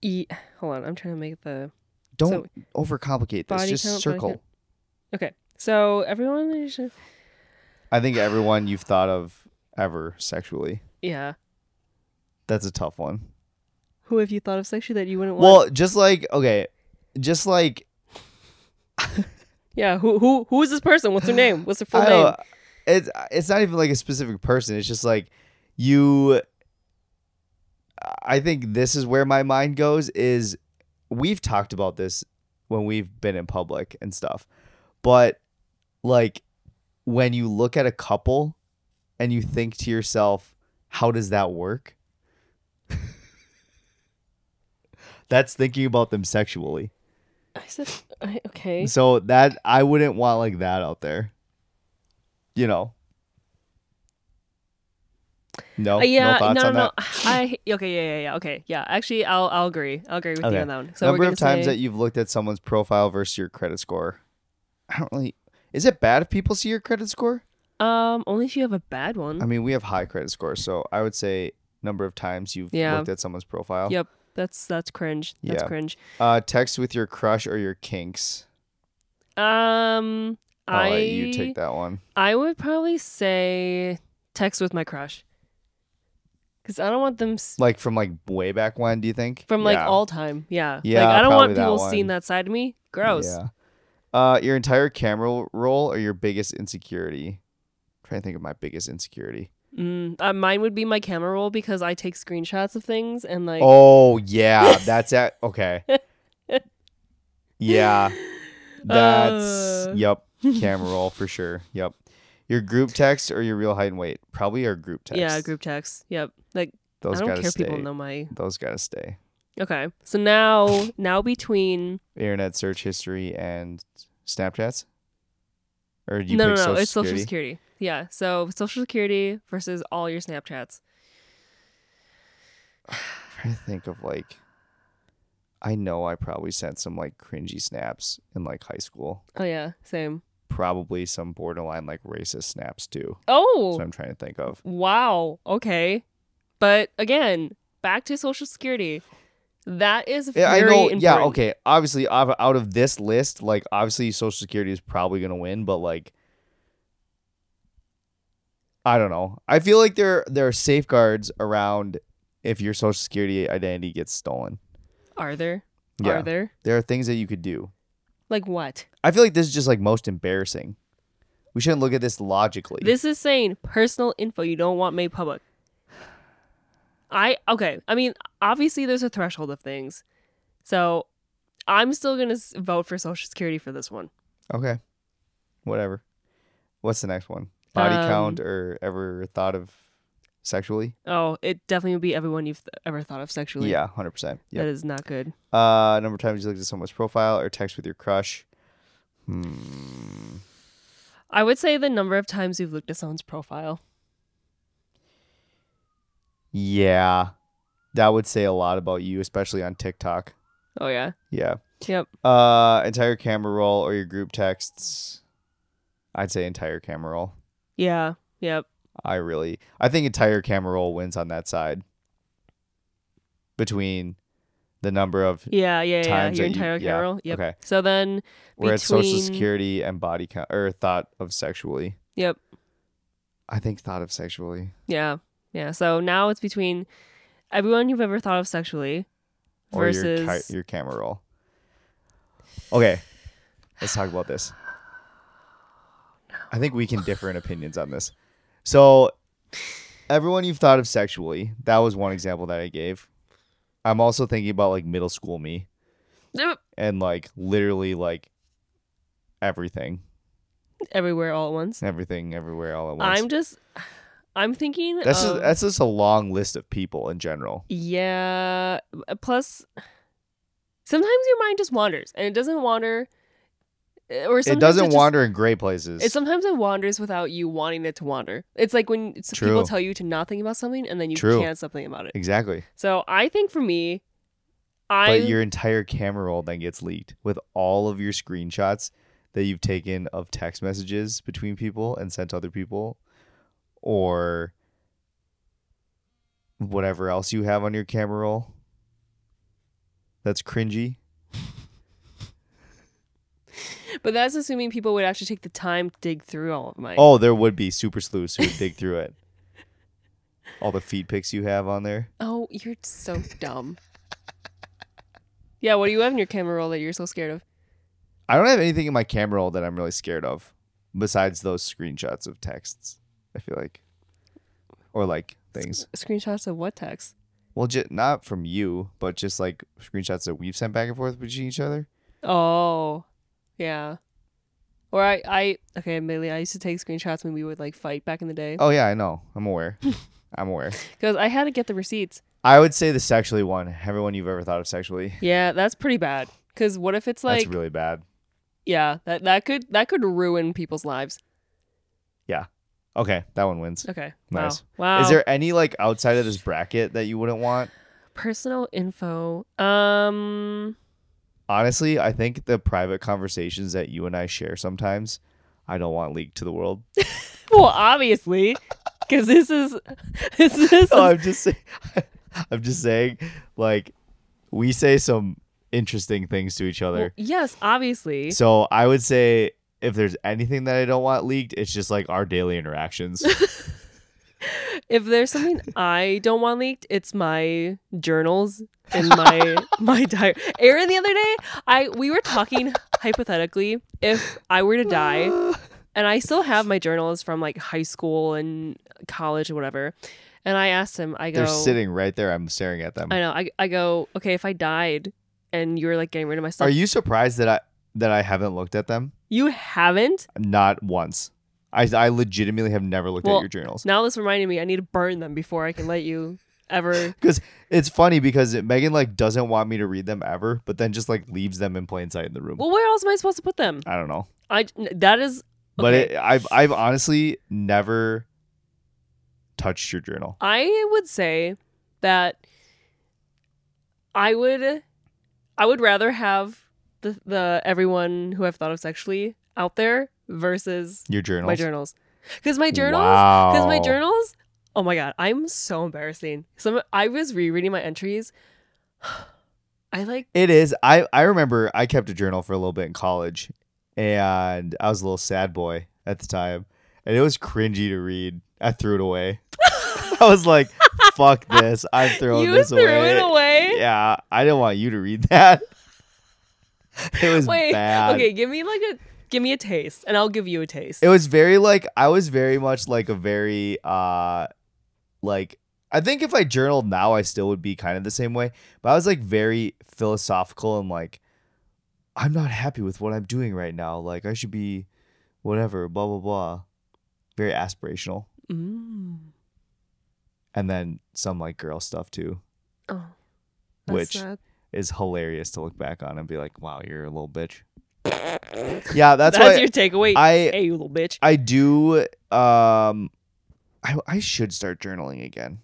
Speaker 2: E- Hold on, I'm trying to make the
Speaker 1: don't overcomplicate this.
Speaker 2: body
Speaker 1: Just
Speaker 2: count, body count.
Speaker 1: circle.
Speaker 2: okay. So everyone, is just-
Speaker 1: I think everyone you've thought of ever sexually.
Speaker 2: yeah.
Speaker 1: That's a tough one.
Speaker 2: Who have you thought of sexually that you wouldn't want?
Speaker 1: Well, just like okay, just like
Speaker 2: yeah. Who who who is this person? What's their name? What's their full
Speaker 1: I
Speaker 2: name?
Speaker 1: don't- It's it's not even like a specific person. It's just like you. I think this is where my mind goes. Is we've talked about this when we've been in public and stuff, but like when you look at a couple and you think to yourself, how does that work? That's thinking about them sexually.
Speaker 2: I said I, okay.
Speaker 1: So that I wouldn't want like that out there. You know. No.
Speaker 2: Uh, yeah,
Speaker 1: no
Speaker 2: no,
Speaker 1: thoughts
Speaker 2: no,
Speaker 1: on
Speaker 2: no.
Speaker 1: that.
Speaker 2: I okay, yeah, yeah, yeah. Okay, yeah. Actually, I'll I'll agree. I'll agree with
Speaker 1: Okay.
Speaker 2: you on that one. So
Speaker 1: Number
Speaker 2: we're gonna
Speaker 1: of times
Speaker 2: say,
Speaker 1: that you've looked at someone's profile versus your credit score. I don't really is it bad if people see your credit score?
Speaker 2: um, only if you have a bad one.
Speaker 1: I mean, we have high credit scores, so I would say number of times you've
Speaker 2: Yeah.
Speaker 1: looked at someone's profile.
Speaker 2: yep, that's that's cringe. That's
Speaker 1: Oh. Yeah.
Speaker 2: cringe.
Speaker 1: Uh, text with your crush or your kinks.
Speaker 2: Um,
Speaker 1: I'll
Speaker 2: I
Speaker 1: let you take that one.
Speaker 2: I would probably say text with my crush, because I don't want them s-
Speaker 1: Like from like way back when, do you think?
Speaker 2: from like
Speaker 1: Yeah.
Speaker 2: all time. Yeah,
Speaker 1: Yeah,
Speaker 2: Like I don't
Speaker 1: probably
Speaker 2: want
Speaker 1: that
Speaker 2: people seeing
Speaker 1: one.
Speaker 2: that side of me. Gross.
Speaker 1: Yeah. Uh, your entire camera roll or your biggest insecurity? I'm trying to think of my biggest insecurity.
Speaker 2: Mm, uh, mine would be my camera roll because I take screenshots of things and like.
Speaker 1: Oh yeah, that's at okay. Yeah, that's
Speaker 2: Uh.
Speaker 1: yep. Camera roll for sure. Yep. Your group text or your real height and weight? Probably our group text.
Speaker 2: Yeah, group text. Yep. Like
Speaker 1: Those
Speaker 2: I don't
Speaker 1: gotta
Speaker 2: care if
Speaker 1: stay.
Speaker 2: people know my
Speaker 1: Those gotta stay.
Speaker 2: Okay. So now now between
Speaker 1: Internet search history and Snapchats. Or do you
Speaker 2: No no
Speaker 1: pick
Speaker 2: no,
Speaker 1: social
Speaker 2: it's social
Speaker 1: security?
Speaker 2: security. Yeah. So social security versus all your Snapchats.
Speaker 1: trying to think of like I know I probably sent some like cringy snaps in like high school.
Speaker 2: Oh yeah, same.
Speaker 1: Probably some borderline like racist snaps too.
Speaker 2: Oh
Speaker 1: So I'm trying to think of.
Speaker 2: wow. Okay. But again, back to social security. That is very
Speaker 1: Yeah, I know.
Speaker 2: important.
Speaker 1: Yeah, okay. Obviously, out out of this list, like obviously, Social Security is probably gonna win, but like, I don't know. I feel like there there are safeguards around if your Social Security identity gets stolen.
Speaker 2: Are there?
Speaker 1: Yeah,
Speaker 2: Are there?
Speaker 1: there are things that you could do.
Speaker 2: Like what?
Speaker 1: I feel like this is just like most embarrassing. We shouldn't look at this logically.
Speaker 2: This is saying personal info you don't want made public. I okay. I mean, obviously there's a threshold of things, so I'm still gonna s- vote for Social Security for this one.
Speaker 1: okay. Whatever. What's the next one? Body
Speaker 2: Um,
Speaker 1: count or ever thought of sexually?
Speaker 2: Oh, it definitely would be everyone you've th- ever thought of sexually.
Speaker 1: Yeah, hundred percent.
Speaker 2: that
Speaker 1: Yeah.
Speaker 2: is not good.
Speaker 1: Uh, number of times you looked at someone's profile or text with your crush. Hmm.
Speaker 2: I would say the number of times you've looked at someone's profile.
Speaker 1: Yeah, that would say a lot about you, especially on TikTok.
Speaker 2: Oh yeah.
Speaker 1: Yeah.
Speaker 2: Yep.
Speaker 1: Uh, entire camera roll or your group texts. I'd say entire camera roll.
Speaker 2: Yeah. Yep.
Speaker 1: I really, I think entire camera roll wins on that side. Between the number of
Speaker 2: Yeah. Yeah. Yeah.
Speaker 1: times
Speaker 2: Your
Speaker 1: that you-
Speaker 2: entire
Speaker 1: yeah,
Speaker 2: Carol. Yep.
Speaker 1: okay,
Speaker 2: So then.
Speaker 1: we're at social
Speaker 2: Between-
Speaker 1: security and body count or thought of sexually.
Speaker 2: Yep.
Speaker 1: I think thought of sexually
Speaker 2: Yeah. Yeah. So now it's between everyone you've ever thought of sexually
Speaker 1: or
Speaker 2: versus
Speaker 1: your ca- your camera roll. Okay, let's talk about this. I think we can differ in opinions on this. So, everyone you've thought of sexually, that was one example that I gave. I'm also thinking about like middle school me.
Speaker 2: Nope.
Speaker 1: and like literally like everything,
Speaker 2: everywhere all at once.
Speaker 1: everything, everywhere, all at once.
Speaker 2: I'm just I'm thinking
Speaker 1: That's
Speaker 2: of-
Speaker 1: just, that's just a long list of people in general.
Speaker 2: Yeah. uh, Plus, sometimes your mind just wanders, and it doesn't wander, uh, or sometimes
Speaker 1: It doesn't
Speaker 2: just-
Speaker 1: wander in great places.
Speaker 2: It sometimes it wanders without you wanting it to wander. It's like when s- people
Speaker 1: True.
Speaker 2: tell you to not think about something, and then you
Speaker 1: True.
Speaker 2: can't something about it.
Speaker 1: exactly.
Speaker 2: So I think for me, I
Speaker 1: But your entire camera roll then gets leaked with all of your screenshots that you've taken of text messages between people and sent to other people or whatever else you have on your camera roll. That's cringy.
Speaker 2: but that's assuming people would actually take the time to dig through all of mine.
Speaker 1: Oh, there would be super sleuths who would dig through it. All the feed pics you have on there.
Speaker 2: Oh, you're so dumb. yeah, what do you have in your camera roll that you're so scared of?
Speaker 1: I don't have anything in my camera roll that I'm really scared of, besides those screenshots of texts. I feel like, or like things.
Speaker 2: Screenshots of what text?
Speaker 1: Well, ju- not from you, but just like screenshots that we've sent back and forth between each other.
Speaker 2: Oh, yeah. Or I, I okay, admittedly, I used to take screenshots when we would like fight back in the day
Speaker 1: Oh yeah, I know. I'm aware. I'm aware.
Speaker 2: because I had to get the receipts.
Speaker 1: I would say the sexually one. Everyone you've ever thought of sexually.
Speaker 2: Yeah, that's pretty bad. Because what if it's like,
Speaker 1: That's really bad.
Speaker 2: yeah, that that could that could ruin people's lives.
Speaker 1: Okay, that one wins.
Speaker 2: Okay,
Speaker 1: Nice.
Speaker 2: Wow. wow.
Speaker 1: Is there any like outside of this bracket that you wouldn't want?
Speaker 2: personal info? Um,
Speaker 1: Honestly, I think the private conversations that you and I share sometimes, I don't want leaked to the world.
Speaker 2: well, obviously, because this is this is
Speaker 1: No, Oh, I'm just saying, I'm just saying, like, we say some interesting things to each
Speaker 2: well,
Speaker 1: other.
Speaker 2: yes, obviously.
Speaker 1: So I would say if there's anything that I don't want leaked, it's just like our daily interactions.
Speaker 2: If there's something I don't want leaked, it's my journals and my my diary. Aaron, the other day, I we were talking hypothetically if I were to die, and I still have my journals from like high school and college or whatever, and I asked him, I go,
Speaker 1: They're sitting right there. I'm staring at them.
Speaker 2: I know, I, I go, okay, if I died and you were like getting rid of my stuff,
Speaker 1: Are you surprised that I that I haven't looked at them?
Speaker 2: you haven't.
Speaker 1: Not once. I I legitimately have never looked
Speaker 2: Well,
Speaker 1: at your journals.
Speaker 2: Now this reminded me, I need to burn them before I can let you ever.
Speaker 1: It's funny because Megan like doesn't want me to read them ever, but then just like leaves them in plain sight in the room.
Speaker 2: Well, where else am I supposed to put them?
Speaker 1: I don't know.
Speaker 2: I that is.
Speaker 1: But
Speaker 2: okay.
Speaker 1: it, I've I've honestly never touched your journal.
Speaker 2: I would say that I would I would rather have the the everyone who I've thought of sexually out there versus
Speaker 1: Your journals.
Speaker 2: my journals. Cuz my journals
Speaker 1: Wow.
Speaker 2: cuz my journals Oh my god, I'm so embarrassing. Some I was rereading my entries. I like
Speaker 1: It is. I I remember I kept a journal for a little bit in college, and I was a little sad boy at the time, and it was cringy to read. I threw it away. I was like, "Fuck this! I'm throwing
Speaker 2: you
Speaker 1: this
Speaker 2: threw
Speaker 1: away."
Speaker 2: it away.
Speaker 1: Yeah, I didn't want you to read that. it was
Speaker 2: Wait.
Speaker 1: bad.
Speaker 2: Okay, give me like a give me a taste and I'll give you a taste.
Speaker 1: It was very like I was very much like a very uh like I think if I journaled now I still would be kind of the same way, but I was like very philosophical and like I'm not happy with what I'm doing right now. Like I should be whatever, blah blah blah. Very aspirational.
Speaker 2: mm.
Speaker 1: And then some like girl stuff too
Speaker 2: Oh. that's
Speaker 1: Which-
Speaker 2: sad.
Speaker 1: is hilarious to look back on and be like, "Wow, you're a little bitch." yeah, that's,
Speaker 2: That's,
Speaker 1: why
Speaker 2: your takeaway.
Speaker 1: I
Speaker 2: hey, you little bitch.
Speaker 1: I do um I I should start journaling again.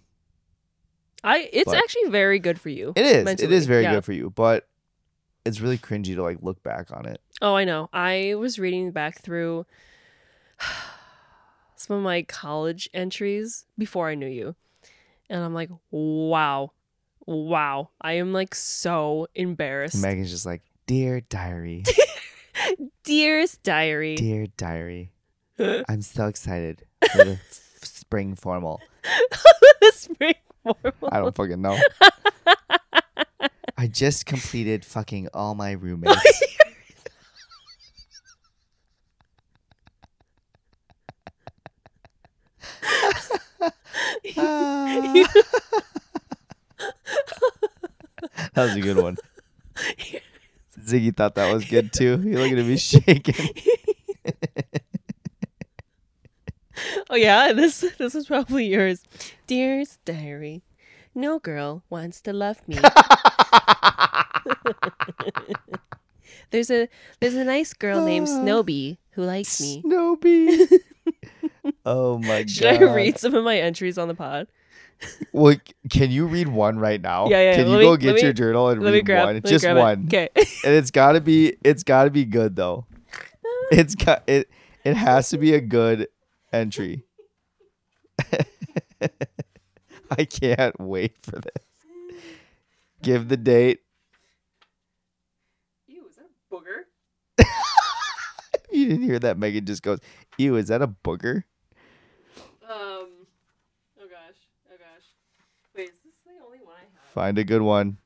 Speaker 2: I it's
Speaker 1: But-
Speaker 2: actually very good for you.
Speaker 1: It is. It
Speaker 2: mentally,
Speaker 1: is very
Speaker 2: yeah.
Speaker 1: good for you, but it's really cringy to like look back on it.
Speaker 2: Oh, I know. I was reading back through some of my college entries before I knew you. And I'm like, wow. Wow. I am like so embarrassed.
Speaker 1: Megan's just like, "Dear diary,
Speaker 2: Dearest diary.
Speaker 1: dear diary, I'm so excited for the f- spring formal."
Speaker 2: Spring
Speaker 1: I
Speaker 2: formal.
Speaker 1: don't fucking know. I just completed fucking all my roommates. Ah. that was a good one. Ziggy thought that was good too. You're looking at me shaking.
Speaker 2: Oh yeah, this this is probably yours. Dear's diary. No girl wants to love me. there's a there's a nice girl named
Speaker 1: Ah.
Speaker 2: Snowbee who likes me.
Speaker 1: Snowbee. oh my god.
Speaker 2: Should I read some of my entries on the pod?
Speaker 1: Well, c- can you read one right now?
Speaker 2: Yeah, yeah,
Speaker 1: Can you
Speaker 2: let me-
Speaker 1: go get
Speaker 2: let
Speaker 1: your
Speaker 2: me-
Speaker 1: journal and
Speaker 2: Let me
Speaker 1: read
Speaker 2: grab
Speaker 1: one?
Speaker 2: let me
Speaker 1: Just
Speaker 2: grab it.
Speaker 1: one.
Speaker 2: Okay.
Speaker 1: And it's got to be it's got to be good though. It's got it it has to be a good entry. I can't wait for this. Give the date.
Speaker 2: Ew, is that a booger?
Speaker 1: You didn't hear that Megan just goes, "Ew, is that a booger?"
Speaker 2: Um Oh gosh. Oh gosh. Wait, is this the only one I have?
Speaker 1: Find a good one.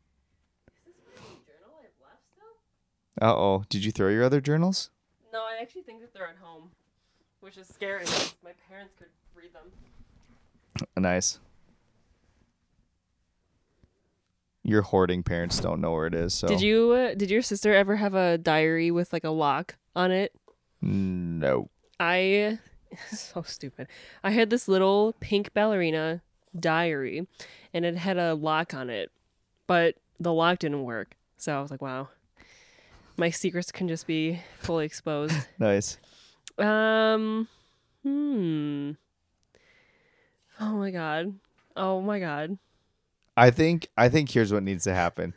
Speaker 2: Is this my only journal I have left still?
Speaker 1: Uh-oh. Did you throw your other journals?
Speaker 2: No, I actually think that they're at home, which is scary. My parents could read them.
Speaker 1: Nice. Your hoarding parents don't know where it is, so
Speaker 2: Did you? Uh, did your sister ever have a diary with like a lock on it?
Speaker 1: No.
Speaker 2: I so stupid. I had this little pink ballerina diary, and it had a lock on it, but the lock didn't work. So I was like, wow, my secrets can just be fully exposed.
Speaker 1: Nice.
Speaker 2: Um, hmm. Oh my god. Oh my god.
Speaker 1: I think I think here's what needs to happen.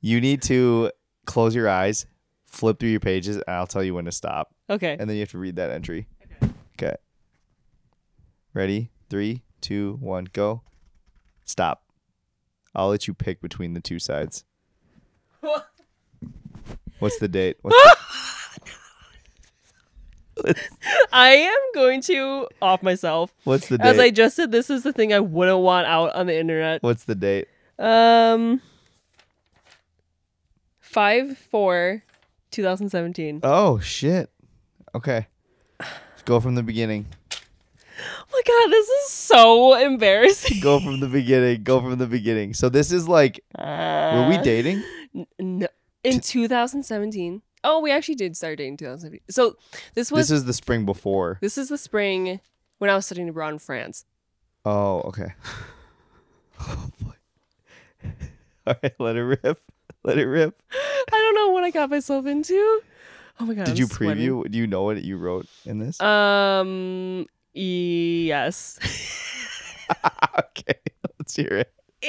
Speaker 1: You need to close your eyes, flip through your pages, and I'll tell you when to stop.
Speaker 2: Okay.
Speaker 1: And then you have to read that entry.
Speaker 2: Okay.
Speaker 1: Okay. Ready? Three, two, one, go. Stop. I'll let you pick between the two sides. What's the date? What's the-
Speaker 2: I am going to off myself.
Speaker 1: what's the
Speaker 2: As I
Speaker 1: date?
Speaker 2: just said, this is the thing I wouldn't want out on the internet.
Speaker 1: What's the date?
Speaker 2: Um, five four, 2017.
Speaker 1: Oh shit. Okay. Let's go from the beginning.
Speaker 2: Oh my god, this is so embarrassing.
Speaker 1: Go from the beginning. Go from the beginning. So this is like were
Speaker 2: Uh,
Speaker 1: we dating?
Speaker 2: N- No, in 2017. Oh, we actually did start dating in 2017. So this was
Speaker 1: This is the spring before.
Speaker 2: this is the spring when I was studying abroad in France.
Speaker 1: Oh, okay. Oh boy. All right, let it rip. Let it rip.
Speaker 2: I don't know what I got myself into. Oh my god.
Speaker 1: Did
Speaker 2: I'm
Speaker 1: you
Speaker 2: sweating.
Speaker 1: preview? Do you know what you wrote in this?
Speaker 2: Uh, Um. Yes.
Speaker 1: okay, let's hear it.
Speaker 2: Ew.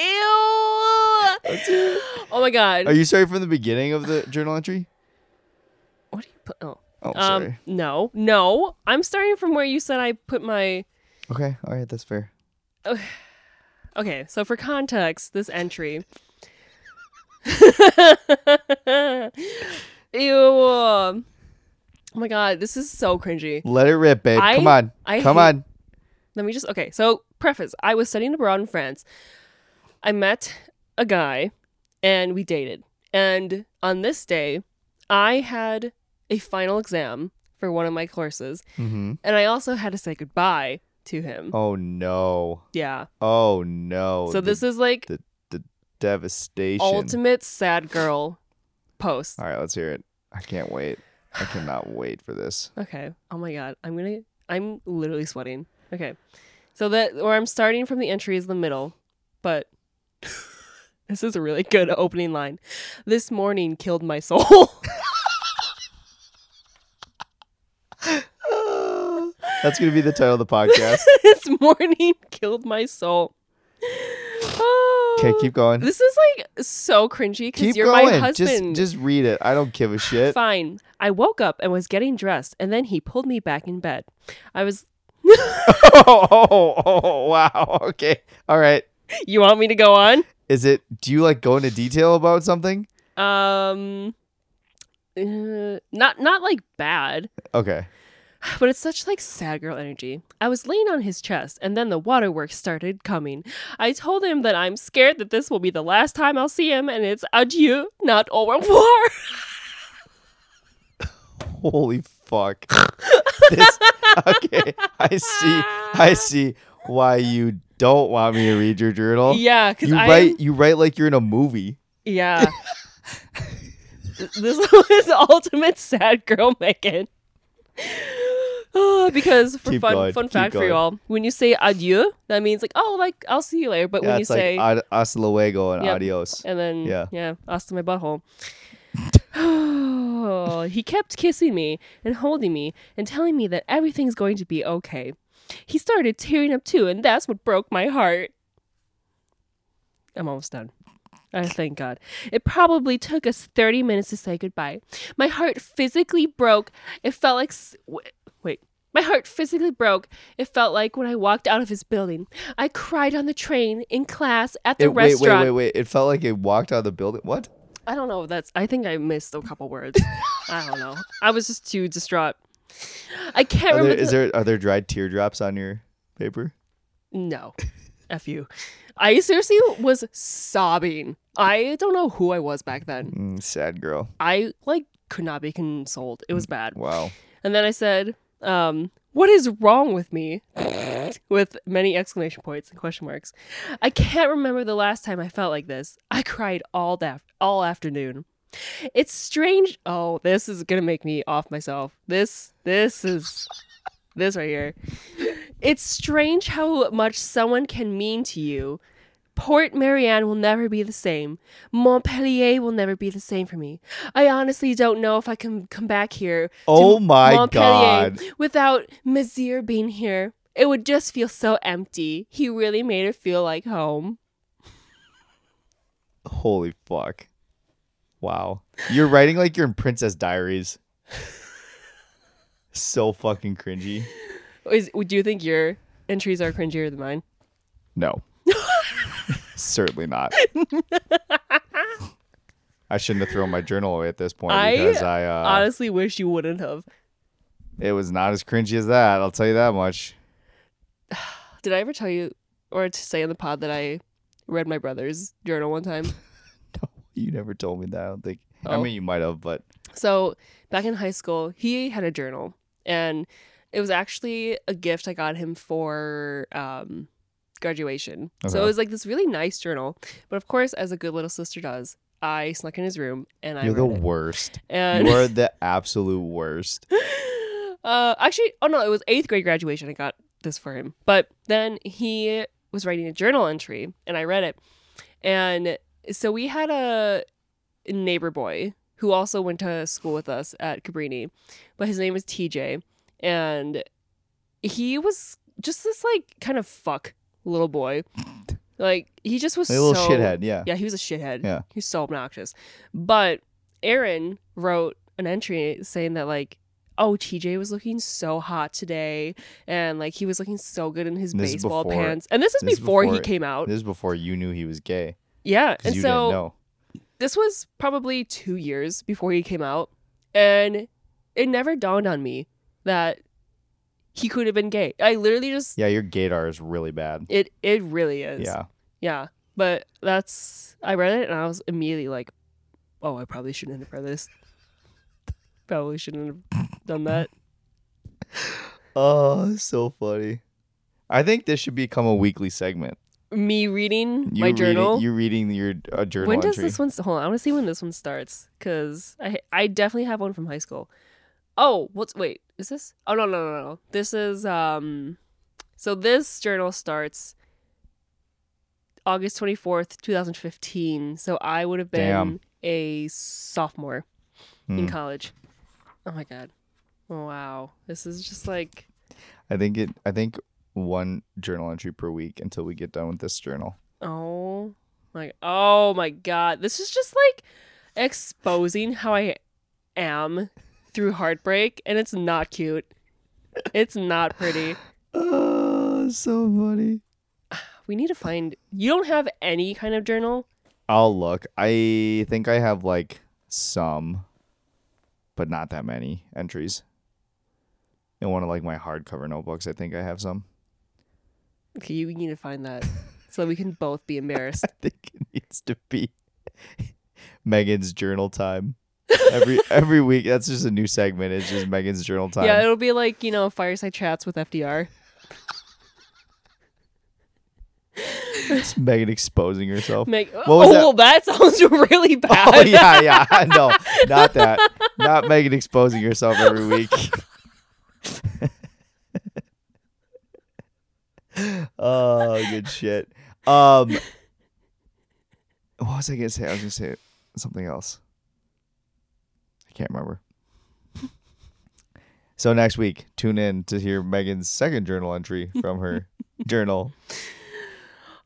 Speaker 2: Oh my god.
Speaker 1: Are you sorry from the beginning of the journal entry?
Speaker 2: what do you put? Oh.
Speaker 1: Oh,
Speaker 2: um.
Speaker 1: sorry.
Speaker 2: No. No. I'm starting from where you said I put my.
Speaker 1: Okay, all right, that's fair.
Speaker 2: Okay. So for context, this entry. Ew. Oh my god. This is so cringy.
Speaker 1: Let it rip, babe. Come
Speaker 2: I-
Speaker 1: on.
Speaker 2: I
Speaker 1: Come
Speaker 2: hate-
Speaker 1: on.
Speaker 2: Let me just okay. So preface: I was studying abroad in France. I met a guy, and we dated. And on this day, I had a final exam for one of my courses,
Speaker 1: hmm
Speaker 2: and I also had to say goodbye to him.
Speaker 1: Oh no.
Speaker 2: Yeah.
Speaker 1: Oh no.
Speaker 2: so
Speaker 1: the
Speaker 2: this is like
Speaker 1: the devastation.
Speaker 2: ultimate sad girl post.
Speaker 1: All right, let's hear it. I can't wait. I cannot wait for this.
Speaker 2: Okay. Oh my god. I'm gonna. I'm literally sweating. Okay. So that where I'm starting from the entry is the middle, but this is a really good opening line. This morning killed my soul.
Speaker 1: That's gonna be the title of the podcast.
Speaker 2: this morning killed my soul.
Speaker 1: Okay, keep going.
Speaker 2: This is like so cringy because
Speaker 1: Keep
Speaker 2: you're
Speaker 1: going.
Speaker 2: my husband.
Speaker 1: Just just read it. I don't give a shit.
Speaker 2: Fine. I woke up and was getting dressed, and then he pulled me back in bed. I was.
Speaker 1: oh, oh, oh, wow. Okay. All right.
Speaker 2: You want me to go on?
Speaker 1: Is it do you like go into detail about something?
Speaker 2: um uh, not not like bad
Speaker 1: Okay.
Speaker 2: but it's such like sad girl energy i was laying on his chest and then the waterworks started coming i told him that i'm scared that this will be the last time i'll see him and it's adieu not au revoir
Speaker 1: Holy fuck. This- okay. I see. I see why you don't want me to read your journal.
Speaker 2: yeah because
Speaker 1: you
Speaker 2: i
Speaker 1: write you write like you're in a movie.
Speaker 2: yeah this was ultimate sad girl megan Ah, because for
Speaker 1: Keep
Speaker 2: fun,
Speaker 1: going,
Speaker 2: fun
Speaker 1: keep
Speaker 2: fact for
Speaker 1: going.
Speaker 2: you all, when you say adieu, that means like, oh, like I'll see you later. But
Speaker 1: yeah,
Speaker 2: when you
Speaker 1: it's like
Speaker 2: say
Speaker 1: ad- hasta luego and
Speaker 2: Yep.
Speaker 1: adios.
Speaker 2: and then
Speaker 1: yeah.
Speaker 2: yeah, yeah, asked my butthole. he kept kissing me and holding me and telling me that everything's going to be okay. He started tearing up too, and that's what broke my heart. I'm almost done. I thank God. It probably took us 30 minutes to say goodbye. My heart physically broke. It felt like. s- w- Wait. My heart physically broke. It felt like when I walked out of his building. I cried on the train, in class, at the
Speaker 1: It- wait, wait,
Speaker 2: restaurant.
Speaker 1: wait, wait. It felt like it walked out of the building. What?
Speaker 2: I don't know. if That's. I think I missed a couple words. I don't know. I was just too distraught. I can't
Speaker 1: Are there,
Speaker 2: remember.
Speaker 1: is
Speaker 2: the-
Speaker 1: there are there dried teardrops on your paper?
Speaker 2: no, f you. I seriously was sobbing. I don't know who I was back then.
Speaker 1: Mm, sad girl.
Speaker 2: I like could not be consoled. It was bad.
Speaker 1: Wow.
Speaker 2: And then I said, um, "What is wrong with me?" with many exclamation points and question marks. I can't remember the last time I felt like this. I cried all that all afternoon. It's strange. Oh, this is gonna make me off myself. This this is this right here. It's strange how much someone can mean to you. Port Marianne will never be the same. Montpellier will never be the same for me. I honestly don't know if I can come back here
Speaker 1: Oh my
Speaker 2: Montpellier
Speaker 1: god.
Speaker 2: without Mazir being here. It would just feel so empty. He really made it feel like home.
Speaker 1: Holy fuck. Wow. You're writing like you're in Princess Diaries. so fucking cringy.
Speaker 2: Is do you think your entries are cringier than mine?
Speaker 1: No. Certainly not. I shouldn't have thrown my journal away at this point
Speaker 2: I
Speaker 1: because I uh,
Speaker 2: Honestly, wish you wouldn't have.
Speaker 1: it was not as cringy as that. I'll tell you that much.
Speaker 2: Did I ever tell you or to say in the pod that I read my brother's journal one time?
Speaker 1: You never told me that. I don't think. I
Speaker 2: Oh.
Speaker 1: mean, you might have, but
Speaker 2: So back in high school, he had a journal, and it was actually a gift I got him for um, graduation. So
Speaker 1: Okay.
Speaker 2: it was like this really nice journal, but of course, as a good little sister does, I snuck in his room and I
Speaker 1: you're the
Speaker 2: read it. Uh,
Speaker 1: worst.
Speaker 2: And
Speaker 1: You are the absolute worst.
Speaker 2: uh, actually, oh no, it was eighth grade graduation. I got this for him, but then he was writing a journal entry, and I read it, and so we had a neighbor boy who also went to school with us at Cabrini, but his name was TJ, and he was just this like kind of fuck little boy, like he just was
Speaker 1: A little
Speaker 2: so
Speaker 1: shithead. Yeah.
Speaker 2: yeah, he was a shithead.
Speaker 1: Yeah.
Speaker 2: He was so obnoxious. But Aaron wrote an entry saying that like, oh, TJ was looking so hot today and like he was looking so good in his
Speaker 1: This is
Speaker 2: baseball
Speaker 1: before-
Speaker 2: pants. And this is
Speaker 1: this is
Speaker 2: before, he
Speaker 1: before-
Speaker 2: came out.
Speaker 1: This is before you knew he was gay
Speaker 2: yeah.
Speaker 1: because
Speaker 2: And
Speaker 1: you
Speaker 2: so
Speaker 1: didn't know.
Speaker 2: this was probably two years before he came out, and it never dawned on me that he could have been gay. I literally just
Speaker 1: Yeah, your gaydar is really bad.
Speaker 2: it it really is.
Speaker 1: Yeah.
Speaker 2: Yeah. But that's I read it and I was immediately like, Oh, I probably shouldn't have read this. probably shouldn't have done that.
Speaker 1: Oh, so funny. I think this should become a weekly segment.
Speaker 2: Me reading
Speaker 1: You
Speaker 2: my
Speaker 1: reading,
Speaker 2: journal.
Speaker 1: You reading your uh, journal
Speaker 2: when does
Speaker 1: entry.
Speaker 2: this one st- hold on, I wanna see when this one starts. Cause I I definitely have one from high school. Oh, what's wait, is this? Oh no no no no. This is um so this journal starts August twenty fourth, two thousand fifteen. So I would have been
Speaker 1: Damn.
Speaker 2: a sophomore. in
Speaker 1: Hmm.
Speaker 2: college. Oh my god. Wow. This is just like
Speaker 1: I think it. I think one journal entry per week until we get done with this journal.
Speaker 2: oh my oh my god. This is just like exposing how I am through heartbreak and it's not cute. It's not pretty.
Speaker 1: Oh, so funny.
Speaker 2: We need to find you don't have any kind of journal.
Speaker 1: I'll look. I think I have like some, but not that many entries. In one of like my hardcover notebooks, I think I have some.
Speaker 2: Okay, you need to find that so that we can both be embarrassed.
Speaker 1: I think it needs to be Megan's journal time. Every every week, that's just a new segment. It's just Megan's journal time.
Speaker 2: Yeah, it'll be like, you know, fireside chats with FDR.
Speaker 1: It's Megan exposing herself.
Speaker 2: Make,
Speaker 1: was
Speaker 2: oh, that? sounds really bad.
Speaker 1: Oh yeah, yeah. No, not that. Not Megan exposing herself every week. oh, good shit. Um, what was I gonna say? I was gonna say something else. I can't remember. So next week, tune in to hear Megan's second journal entry from her journal.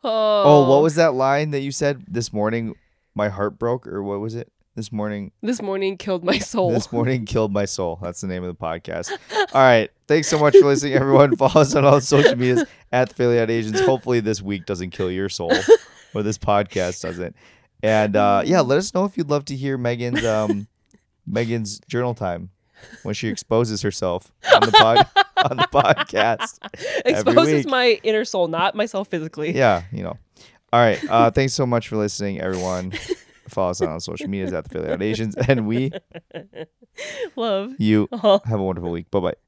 Speaker 2: Oh,
Speaker 1: Oh, what was that line that you said this morning? My heart broke, or what was it? This morning,
Speaker 2: this morning killed my soul.
Speaker 1: this morning killed my soul. That's the name of the podcast. All right. Thanks so much for listening, everyone. Follow us on all social medias at the Fairly Odd Asians. Hopefully, this week doesn't kill your soul or this podcast doesn't. And uh, yeah, let us know if you'd love to hear Megan's um, Megan's journal time when she exposes herself on the pod, on the podcast. every
Speaker 2: Exposes
Speaker 1: week.
Speaker 2: my inner soul, not myself physically.
Speaker 1: Yeah, you know. All right. Uh, thanks so much for listening, everyone. Follow us on all social medias at the Fairly Odd Asians, and we
Speaker 2: Love.
Speaker 1: you
Speaker 2: Oh.
Speaker 1: have a wonderful week. Bye bye.